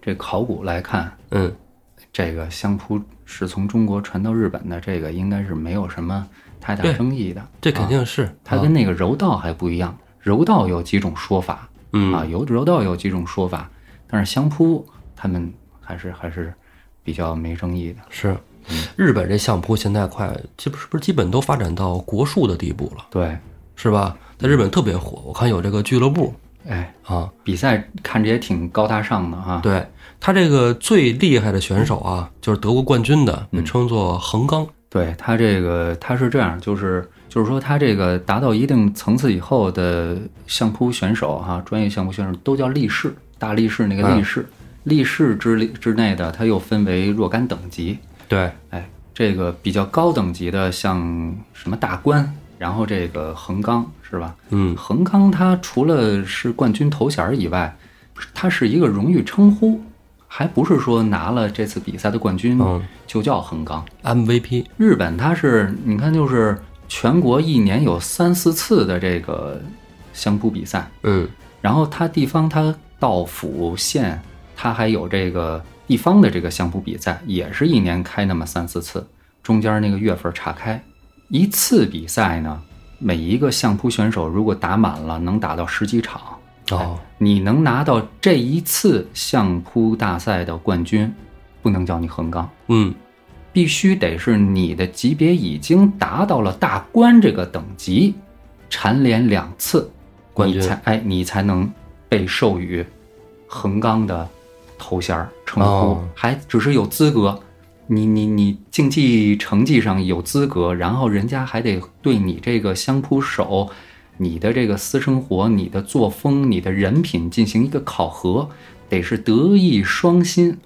S2: 这考古来看，
S1: 嗯
S2: 这个相扑是从中国传到日本的，这个应该是没有什么太大
S1: 对啊
S2: 争议的。
S1: 这肯定是
S2: 它跟那个柔道还不一样，柔道有几种说法
S1: 嗯
S2: 啊，有柔道有几种说法，但是相扑他们还是还是比较没争议的。
S1: 是。
S2: 嗯
S1: 日本这相扑现在快，基本是不是基本都发展到国术的地步了，
S2: 对，
S1: 是吧？在日本特别火，我看有这个俱乐部
S2: 哎，
S1: 啊，
S2: 比赛看着也挺高大上的啊哈。
S1: 对他这个最厉害的选手啊，就是德国冠军的，被称作横纲。
S2: 对他这个他是这样，就是就是说他这个达到一定层次以后的相扑选手哈、专业相扑选手都叫力士，大力士那个力士，力士之里之内的，他又分为若干等级。
S1: 对，
S2: 哎，这个比较高等级的，像什么大关，然后这个横纲是吧？
S1: 嗯
S2: 横纲它除了是冠军头衔儿以外，它是一个荣誉称呼，还不是说拿了这次比赛的冠军
S1: 嗯
S2: 就叫横纲。
S1: ，MVP
S2: 日本它是你看，就是全国一年有三四次的这个相扑比赛，
S1: 嗯
S2: 然后它地方它到府县，它还有这个地方的这个相扑比赛，也是一年开那么三四次，中间那个月份岔开。一次比赛呢，每一个相扑选手如果打满了，能打到十几场，
S1: 哦，
S2: 你能拿到这一次相扑大赛的冠军，不能叫你横纲。
S1: [laughs] 嗯
S2: 必须得是你的级别已经达到了大关这个等级，蝉联两次，
S1: 冠军
S2: 你才哎，你才能被授予横纲的头衔儿称呼，
S1: 哦
S2: 还只是有资格，你你你竞技成绩上有资格，然后人家还得对你这个相扑手。你的这个私生活、你的作风、你的人品进行一个考核，得是德艺双馨，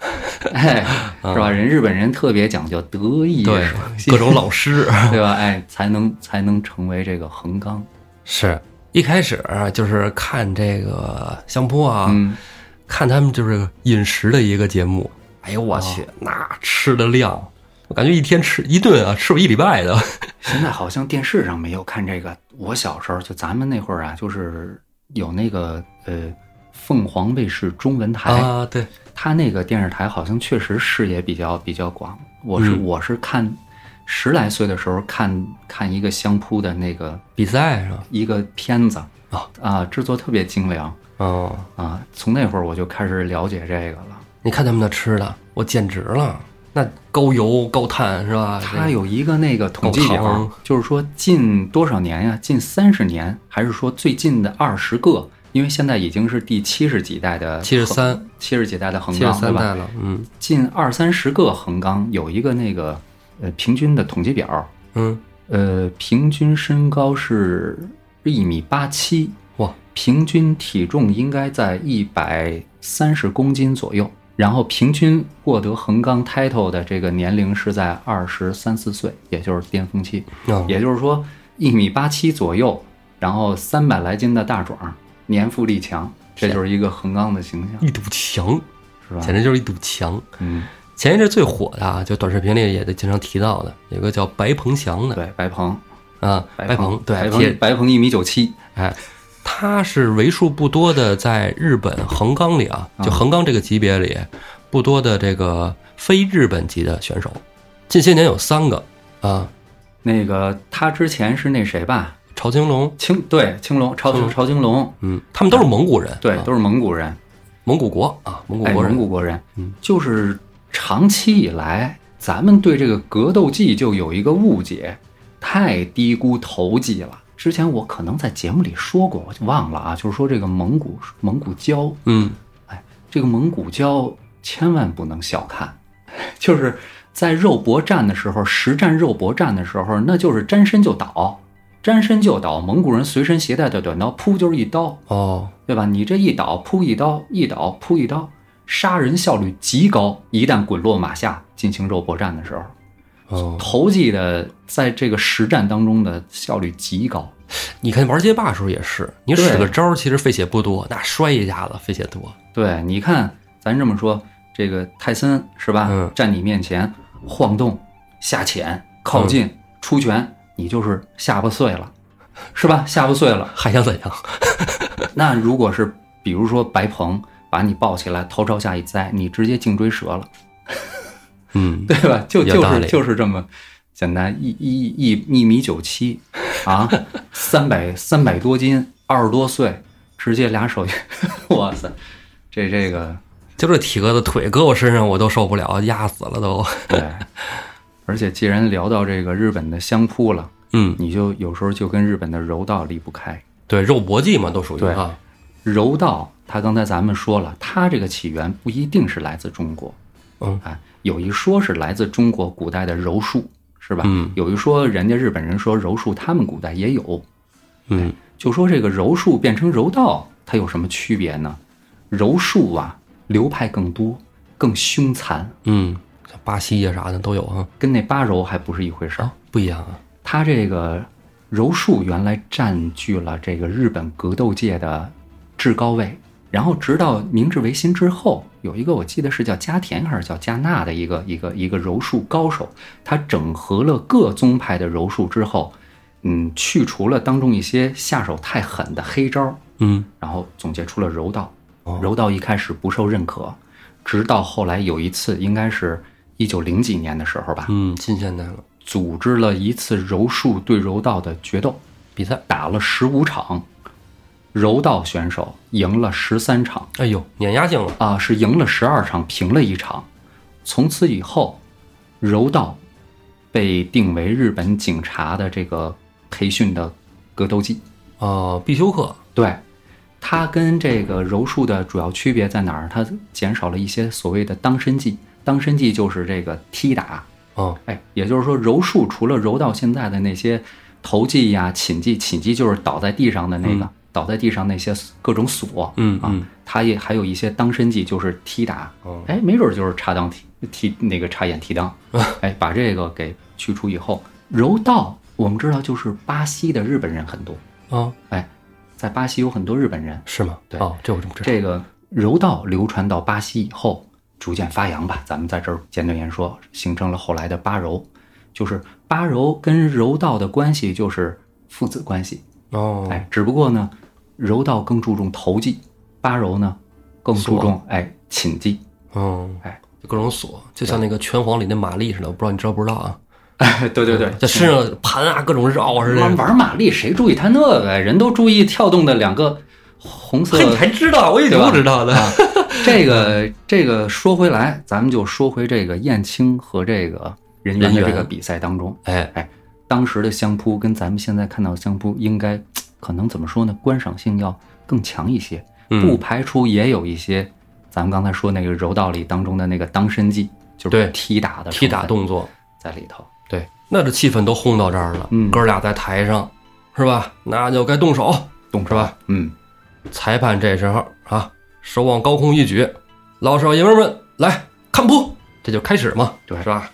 S2: 哎， [laughs] 是吧？人日本人特别讲究德艺
S1: 嗯对
S2: 双，馨，
S1: [laughs] 各种老师
S2: [laughs] 对吧？哎，才能才能成为这个横纲。
S1: 是一开始啊就是看这个相扑啊，
S2: 嗯，
S1: 看他们就是饮食的一个节目。哎呦我去，那吃的量，我感觉一天吃一顿啊，吃我一礼拜的。
S2: 现在好像电视上没有看这个。我小时候就咱们那会儿啊，就是有那个呃凤凰卫视中文台，
S1: 啊，对，
S2: 他那个电视台好像确实视野比较比较广。我是、
S1: 嗯
S2: 我是看十来岁的时候看看一个相扑的那个
S1: 比赛是吧？
S2: 一个片子
S1: 啊
S2: 啊，制作特别精良
S1: 哦，
S2: 啊。从那会儿我就开始了解这个了。
S1: 你看他们那吃的，我简直了，那高油高碳是吧？
S2: 它有一个那个统计
S1: 够
S2: 表
S1: 长，
S2: 就是说近多少年呀、近三十年，还是说最近的二十个？因为现在已经是第七十几代的
S1: 七十三，
S2: 七十几代的横
S1: 七十
S2: 纲，对
S1: 三代
S2: 吧？
S1: 了，嗯
S2: 近二三十个横纲有一个那个呃平均的统计表，
S1: 嗯，
S2: 呃，平均身高是一米八七，
S1: 哇，
S2: 平均体重应该在一百三十公斤左右。然后平均获得横纲 title 的这个年龄是在二十三四岁，也就是巅峰期。
S1: 哦
S2: 也就是说，一米八七左右，然后三百来斤的大壮，年富力强，这就是一个横纲的形象，
S1: 一堵墙，
S2: 是吧？
S1: 简直就是一堵墙。
S2: 嗯，
S1: 前一阵最火的啊，就短视频里也经常提到的，有个叫白鹏翔的
S2: 对，白鹏，
S1: 啊，白鹏，
S2: 白
S1: 对，
S2: 鹏，
S1: 铁，
S2: 白鹏一米九七，
S1: 哎，他是为数不多的在日本横纲里啊，就横纲这个级别里，不多的这个非日本籍的选手，近些年有三个啊，
S2: 那个他之前是那谁吧？
S1: 朝青龙，
S2: 青对青龙朝
S1: 青龙
S2: 朝青龙，
S1: 嗯，他们都是蒙古人，
S2: 对
S1: 啊，
S2: 都是蒙古人，
S1: 蒙古国啊，蒙古
S2: 哎，
S1: 国人，
S2: 蒙古国人
S1: 嗯，
S2: 就是长期以来，咱们对这个格斗技就有一个误解，太低估投技了。之前我可能在节目里说过，我就忘了啊，就是说这个蒙古蒙古跤，
S1: 嗯，
S2: 这个蒙古跤千万不能小看， [laughs] 就是在肉搏战的时候，实战肉搏战的时候，那就是沾身就倒，沾身就倒。蒙古人随身携带的短刀，噗就是一刀，
S1: 哦，
S2: 对吧？你这一倒扑一刀，一倒扑一刀，杀人效率极高，一旦滚落马下进行肉搏战的时候，
S1: 哦，
S2: 投技的在这个实战当中的效率极高。
S1: 你看玩街霸的时候也是，你使
S2: 对
S1: 个招儿其实费血不多，那摔一下子费血多。
S2: 对，你看，咱这么说，这个泰森是吧？
S1: 嗯
S2: 站你面前晃动、下潜、靠近、出拳，你就是下巴碎了，是吧？下巴碎了。
S1: 还想怎样？
S2: 那如果是比如说白鹏把你抱起来，头朝下一栽，你直接颈椎折了，
S1: 嗯，
S2: 对吧？就
S1: [laughs] 有
S2: 就
S1: 道
S2: 是
S1: 理
S2: 就是这么简单，一一一一米九七啊， [laughs] 三百三百多斤，二十多岁，直接俩手， [laughs] 哇塞，这这个。
S1: 就这体格子，腿搁我身上我都受不了，压死了都。
S2: 对，而且既然聊到这个日本的相扑了，
S1: 嗯，
S2: 你就有时候就跟日本的柔道离不开。
S1: 对，肉搏技嘛，都属于
S2: 对
S1: 啊。
S2: 柔道，它刚才咱们说了，它这个起源不一定是来自中国，
S1: 嗯
S2: 啊，有一说是来自中国古代的柔术，是吧？
S1: 嗯
S2: 有一说人家日本人说柔术，他们古代也有，
S1: 嗯
S2: 就说这个柔术变成柔道，它有什么区别呢？柔术啊，流派更多，更凶残，
S1: 嗯，像巴西呀啥的都有啊，
S2: 跟那八柔还不是一回事儿。
S1: 啊不一样啊。
S2: 他这个柔术原来占据了这个日本格斗界的至高位，然后直到明治维新之后，有一个我记得是叫加田还是叫加纳的一个一个一个柔术高手，他整合了各宗派的柔术之后，嗯，去除了当中一些下手太狠的黑招，
S1: 嗯，
S2: 然后总结出了柔道
S1: 哦。
S2: 柔道一开始不受认可，直到后来有一次，应该是一九零几年的时候吧，
S1: 嗯，近现代了，
S2: 组织了一次柔术对柔道的决斗，
S1: 比赛。
S2: 打了十五场，柔道选手赢了十三场，
S1: 哎呦，碾压性了。
S2: 啊、是赢了十二场，平了一场。从此以后，柔道被定为日本警察的这个培训的格斗技。
S1: 哦，必修课。
S2: 对，它跟这个柔术的主要区别在哪儿？它减少了一些所谓的当身技，当身技就是这个踢打，
S1: 哦，
S2: 哎，也就是说，柔术除了柔道现在的那些投技呀、擒技，擒技就是倒在地上的那个，倒在地上那些各种锁，
S1: 嗯
S2: 啊
S1: 嗯，
S2: 它也还有一些当身技，就是踢打，
S1: 哦
S2: 哎，没准就是插裆踢踢那个插眼踢裆，
S1: 啊
S2: 哎，把这个给去除以后，柔道我们知道就是巴西的日本人很多，
S1: 哦，
S2: 哎，在巴西有很多日本人，
S1: 是吗？
S2: 对
S1: 哦，这我真不知道。
S2: 这个柔道流传到巴西以后，逐渐发扬吧。咱们在这儿简短言说，形成了后来的巴柔，就是巴柔跟柔道的关系就是父子关系。
S1: 哦，
S2: 哎，只不过呢，柔道更注重投技，巴柔呢更注重哎擒
S1: [laughs]
S2: 技。
S1: 哦，
S2: 哎，
S1: 各种锁，就像那个拳皇里那玛丽似的，我不知道你知道不知道啊？
S2: 哎，对对对
S1: 在身上盘啊，各种绕啊似
S2: 玩
S1: 的。
S2: 玩马力谁注意他那个呀？人都注意跳动的两个红色
S1: 嘿，你还知道？我已经
S2: 对吧
S1: 不知道的。
S2: 啊， [laughs] 这个这个说回来，咱们就说回这个燕青和这个人员
S1: 人
S2: 的这
S1: 猿
S2: 个比赛当中，
S1: 哎，
S2: 当时的相扑跟咱们现在看到的相扑应该可能怎么说呢？观赏性要更强一些，
S1: 嗯
S2: 不排除也有一些咱们刚才说那个柔道里当中的那个当身技，就是
S1: 对
S2: 踢打的
S1: 踢打
S2: 成分
S1: 动作，
S2: 在里头。
S1: 对，那这气氛都轰到这儿了，
S2: 嗯
S1: 哥俩在台上，是吧？那就该动手。
S2: 动
S1: 是吧？
S2: 嗯，
S1: 裁判这时候啊，手往高空一举，老少爷们儿们来看扑，这就开始嘛，
S2: 对
S1: 是吧？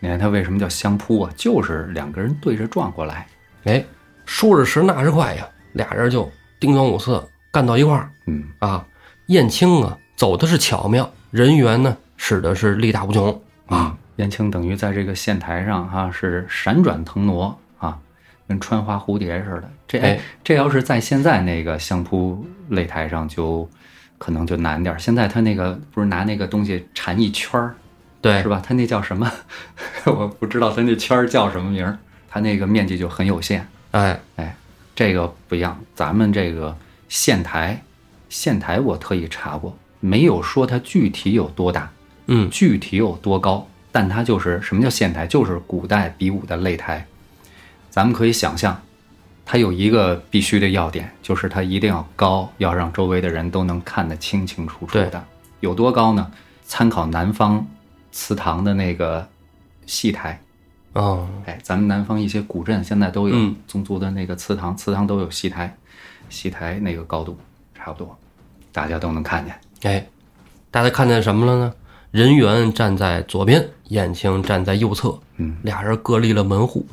S2: 你看它为什么叫相扑啊？就是两个人对着撞过来，
S1: 哎，说是迟，那是快呀，俩人就叮咣五四干到一块儿
S2: 嗯，
S1: 啊。燕青啊，走的是巧妙，人缘呢使的是力大无穷啊。
S2: 啊，燕青等于在这个线台上哈、是闪转腾挪啊，跟穿花蝴蝶似的。这
S1: 哎
S2: 哎，这要是在现在那个相扑擂台上就可能就难点儿。现在他那个不是拿那个东西缠一圈儿
S1: 对
S2: 是，吧？他那叫什么？ [laughs] 我不知道他那圈儿叫什么名儿，他那个面积就很有限。
S1: 哎，
S2: 哎，这个不一样，咱们这个线台，线台我特意查过，没有说它具体有多大，
S1: 嗯，
S2: 具体有多高，但它就是什么叫线台，就是古代比武的擂台。咱们可以想象，它有一个必须的要点，就是它一定要高，要让周围的人都能看得清清楚楚
S1: 对
S2: 的。有多高呢？参考南方祠堂的那个戏台，
S1: 哦，
S2: 哎，咱们南方一些古镇现在都有
S1: 嗯
S2: 宗族的那个祠堂，祠堂都有戏台，戏台那个高度差不多，大家都能看见。
S1: 哎，大家看见什么了呢？人猿站在左边，燕青站在右侧，
S2: 嗯，
S1: 俩人各立了门户。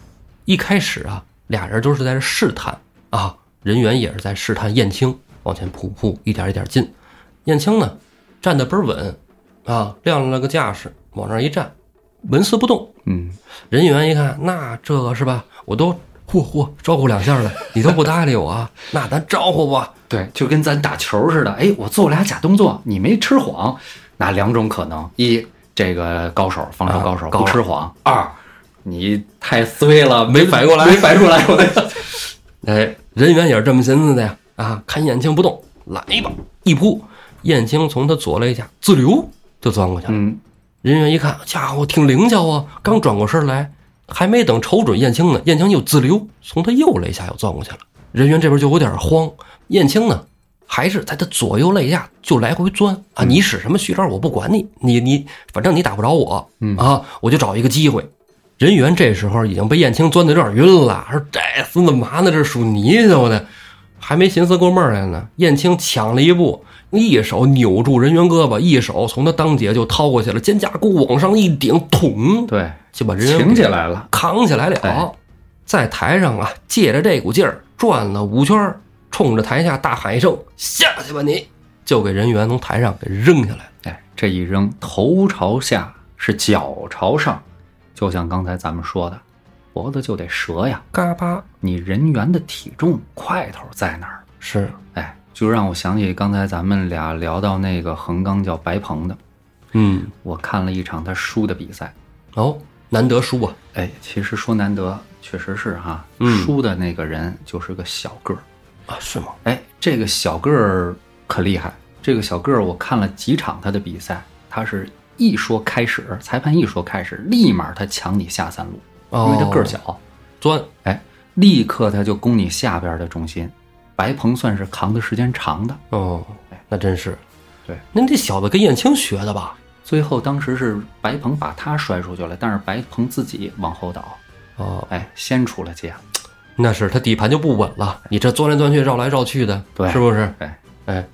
S1: 一开始啊，俩人都是在这试探啊，人猿也是在试探燕青，往前扑扑，一点一点近。燕青呢，站得倍儿稳啊，亮了个架势，往那儿一站，纹丝不动。
S2: 嗯，
S1: 人猿一看，那这个是吧？我都嚯嚯招呼两下了，你都不搭理我啊？那咱招呼吧。
S2: 对，就跟咱打球似的，哎，我做俩假动作，你没吃谎，那两种可能：一，这个高手防守
S1: 啊
S2: 高手、
S1: 高
S2: 不吃谎；二，
S1: 啊
S2: 你太衰了，没
S1: 反应过来
S2: 没反应过来，我的
S1: 哎，人猿也是这么寻思的呀。啊，看燕青不动，来吧，一扑，燕青从他左肋下自流就钻过去了。
S2: [laughs] 嗯，
S1: 人猿一看，家伙挺灵巧啊，刚转过身来，还没等瞅准燕青呢，燕青又自溜，从他右肋下又钻过去了。人猿这边就有点慌，燕青呢，还是在他左右肋下就来回钻啊！你使什么虚招我不管你，你你反正你打不着我，
S2: 嗯
S1: 啊，我就找一个机会。人猿这时候已经被燕青钻的有点晕了，说这孙子嘛呢？这属泥鳅的，还没寻思过味儿来呢。燕青抢了一步，一手扭住人猿胳膊，一手从他当节就掏过去了，肩胛骨往上一顶，捅
S2: [laughs] 对，
S1: 就把人猿
S2: 挺
S1: 给
S2: 起来了，
S1: 扛起来
S2: 哎
S1: 了，在台上啊，借着这股劲儿转了五圈儿，冲着台下大喊一声：“下去吧你！”就给人猿从台上给扔下来了。
S2: 哎，这一扔，头朝下是脚朝上，就像刚才咱们说的，脖子就得折呀，
S1: 嘎巴
S2: 你人员的体重块头在哪儿？
S1: 是，
S2: 哎，就让我想起刚才咱们俩聊到那个横纲叫白鹏的，
S1: 嗯，
S2: 我看了一场他输的比赛。
S1: 哦，难得输啊，
S2: 哎，其实说难得，确实是哈、
S1: 嗯
S2: 输的那个人就是个小个儿。
S1: 啊是吗？
S2: 哎，这个小个儿可厉害，这个小个儿我看了几场他的比赛，他是一说开始，裁判一说开始，立马他抢你下三路，因为他个儿小，
S1: 钻，
S2: 哎，立刻他就攻你下边的重心。白鹏算是扛的时间长的，
S1: 哦，那真是，
S2: 对，
S1: 那这小子跟燕青学的吧？
S2: 最后当时是白鹏把他摔出去了，但是白鹏自己往后倒，
S1: 哦，
S2: 哎，先出了界。
S1: 那是他底盘就不稳了，你这钻来钻去、绕来绕去的，
S2: 对
S1: 是不是？
S2: 哎，
S1: 哎，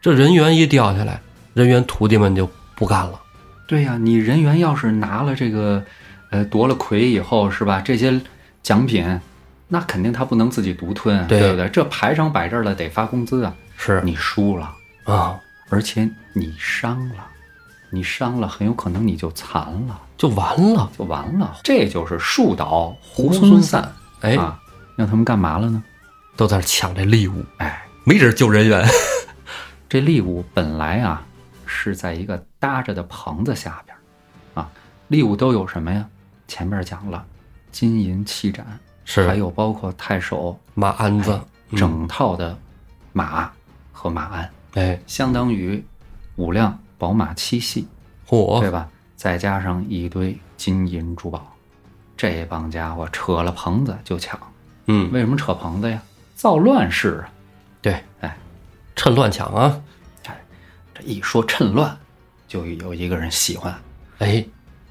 S1: 这人猿一掉下来，人猿徒弟们就不干了。
S2: 对呀、你人员要是拿了这个，呃，夺了魁以后是吧？这些奖品，那肯定他不能自己独吞，
S1: 对
S2: 不对？这排长摆这儿了，得发工资啊。
S1: 是
S2: 你输了，
S1: 啊，
S2: 而且你伤了，你伤了，很有可能你就残了，
S1: 就完了。
S2: 就完了。这就是树倒猢
S1: 狲
S2: 狲散
S1: 散。哎，
S2: 啊！让他们干嘛了呢？
S1: 都在抢这利物，
S2: 哎，
S1: 没人救人员。
S2: 这利物本来啊是在一个搭着的棚子下边儿，啊，利物都有什么呀？前面讲了，金银器盏，还
S1: 是
S2: 有包括太守
S1: 马鞍子，嗯
S2: 整套的马和马鞍，
S1: 哎，
S2: 相当于五辆宝马七系，对
S1: 嚯，
S2: 吧？再加上一堆金银珠宝，这帮家伙扯了棚子就抢。
S1: 嗯，
S2: 为什么扯棚子呀？造乱世啊！
S1: 对，
S2: 哎，
S1: 趁乱抢啊！
S2: 这一说趁乱，就有一个人喜欢
S1: 哎，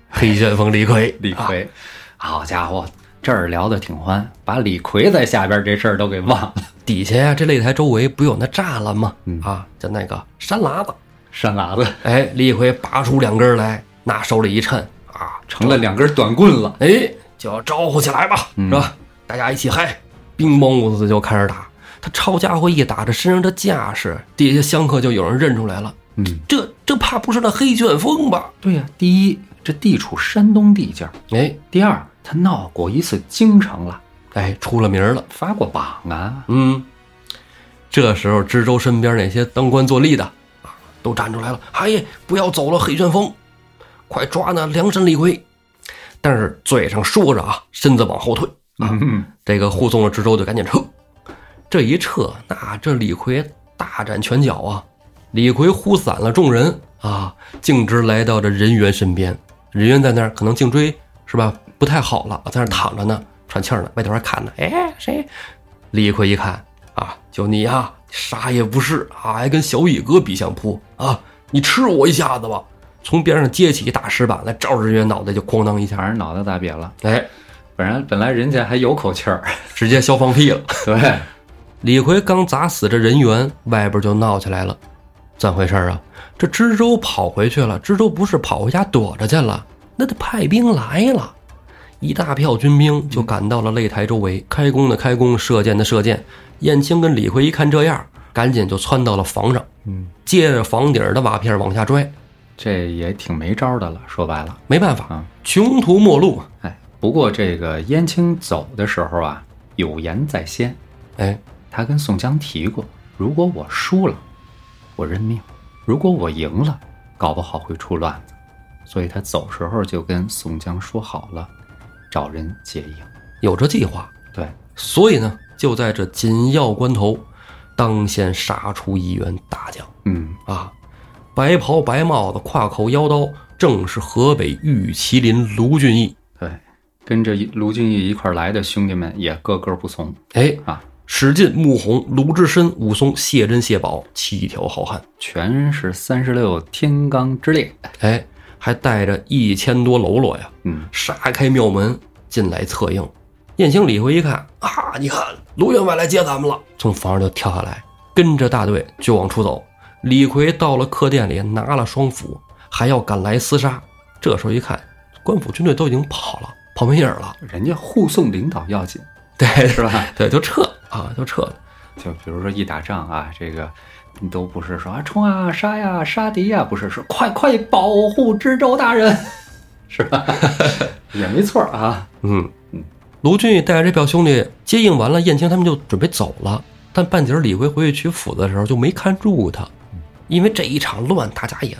S1: 黑旋风李逵，
S2: 李
S1: 啊
S2: 逵。好家伙，这儿聊得挺欢，把李逵在下边这事儿都给忘了。 [laughs]
S1: 底下呀，这擂台周围不有那栅栏吗？
S2: 嗯
S1: 啊，就那个山喇子。
S2: 山喇子
S1: 哎，李逵拔出两根来，拿手里一抻啊，
S2: 成了两根短棍了。
S1: 哎，就要招呼起来吧，
S2: 嗯
S1: 是吧？大家一起嗨，兵乓五子就开始打。他抄家伙一打，这身上的架势，底下香客就有人认出来了。
S2: 嗯，
S1: 这这怕不是那黑旋风吧？
S2: 对呀、第一，这地处山东地界儿；
S1: 哎
S2: 第二，他闹过一次京城了，
S1: 哎，出了名儿了。
S2: 发过榜啊。
S1: 嗯，这时候知州身边那些当官做吏的啊，都站出来了，哎，不要走了，黑旋风，快抓那梁山李逵！但是嘴上说着啊，身子往后退。
S2: 嗯，
S1: 这个护送了知州就赶紧撤。这一撤，那这李逵大展拳脚啊！李逵呼散了众人啊，径直来到这人猿身边。人猿在那儿可能颈椎是吧不太好了，在那儿躺着呢，喘气儿呢，外头还看呢。哎，谁？李逵一看啊，就你呀、啥也不是啊，还跟小野哥比相扑啊！你吃我一下子吧！从边上接起一大石板来，照着人猿脑袋就哐当一下，
S2: [laughs] 反正脑袋打瘪了，
S1: 哎，
S2: 本来本来人家还有口气儿，
S1: 直接消放屁了。
S2: 对，
S1: 李逵刚砸死这人猿，外边就闹起来了。怎回事儿啊？这知州跑回去了，知州不是跑回家躲着去了，那得派兵来了。一大票军兵就赶到了擂台周围，开弓的开弓，射箭的射箭。燕青跟李逵一看这样，赶紧就窜到了房上，
S2: 嗯，
S1: 借着房顶儿的瓦片往下拽。
S2: 这也挺没招儿的了。说白了，
S1: 没办法
S2: 啊，
S1: 穷途末路嘛。
S2: 哎，不过这个燕青走的时候啊，有言在先，
S1: 哎，
S2: 他跟宋江提过，如果我输了，我认命；如果我赢了，搞不好会出乱子。所以他走时候就跟宋江说好了，找人接应。
S1: 有这计划，
S2: 对，
S1: 所以呢，就在这紧要关头，当先杀出一员大将
S2: 嗯，
S1: 啊！白袍白帽子，挎口腰刀，正是河北玉麒麟卢俊义。
S2: 对，跟着卢俊义一块儿来的兄弟们也个个不怂
S1: 哎，
S2: 啊，
S1: 史进、穆弘、卢志深、武松、谢珍、谢宝，七条好汉。
S2: 全是三十六天罡之列。
S1: 哎，还带着一千多喽啰呀，
S2: 嗯，
S1: 杀开庙门进来策应。燕青、李逵一看啊，你看卢员外来接咱们了，从房上就跳下来，跟着大队就往出走。李逵到了客店里，拿了双斧，还要赶来厮杀。这时候一看，官府军队都已经跑了，跑没影儿了，
S2: 人家护送领导要紧，
S1: 对
S2: 是 [laughs] 吧？
S1: 对，就撤啊，就撤了。
S2: 就比如说一打仗啊，这个你都不是说啊冲啊杀呀杀敌呀，不是说快快保护知州大人，是 [laughs] 吧？也没错啊。
S1: 嗯，卢俊义带着这票兄弟接应完了燕青，他们就准备走了。但半截儿李逵回去取斧子的时候就没看住他，因为这一场乱，大家也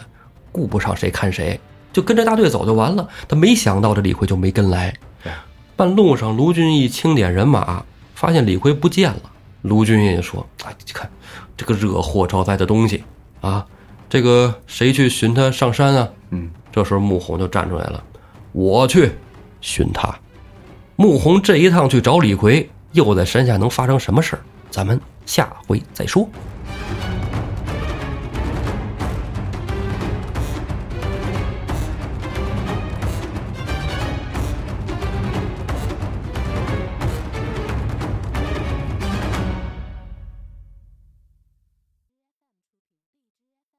S1: 顾不上谁看谁，就跟着大队走就完了。他没想到这李逵就没跟来
S2: 对啊，
S1: 半路上卢俊义清点人马，发现李逵不见了。卢俊义说：“哎，你看这个惹祸招灾的东西啊，这个谁去寻他上山啊？”
S2: 嗯，
S1: 这时候穆弘就站出来了，我去寻他。穆弘这一趟去找李逵，又在山下能发生什么事儿？咱们下回再说。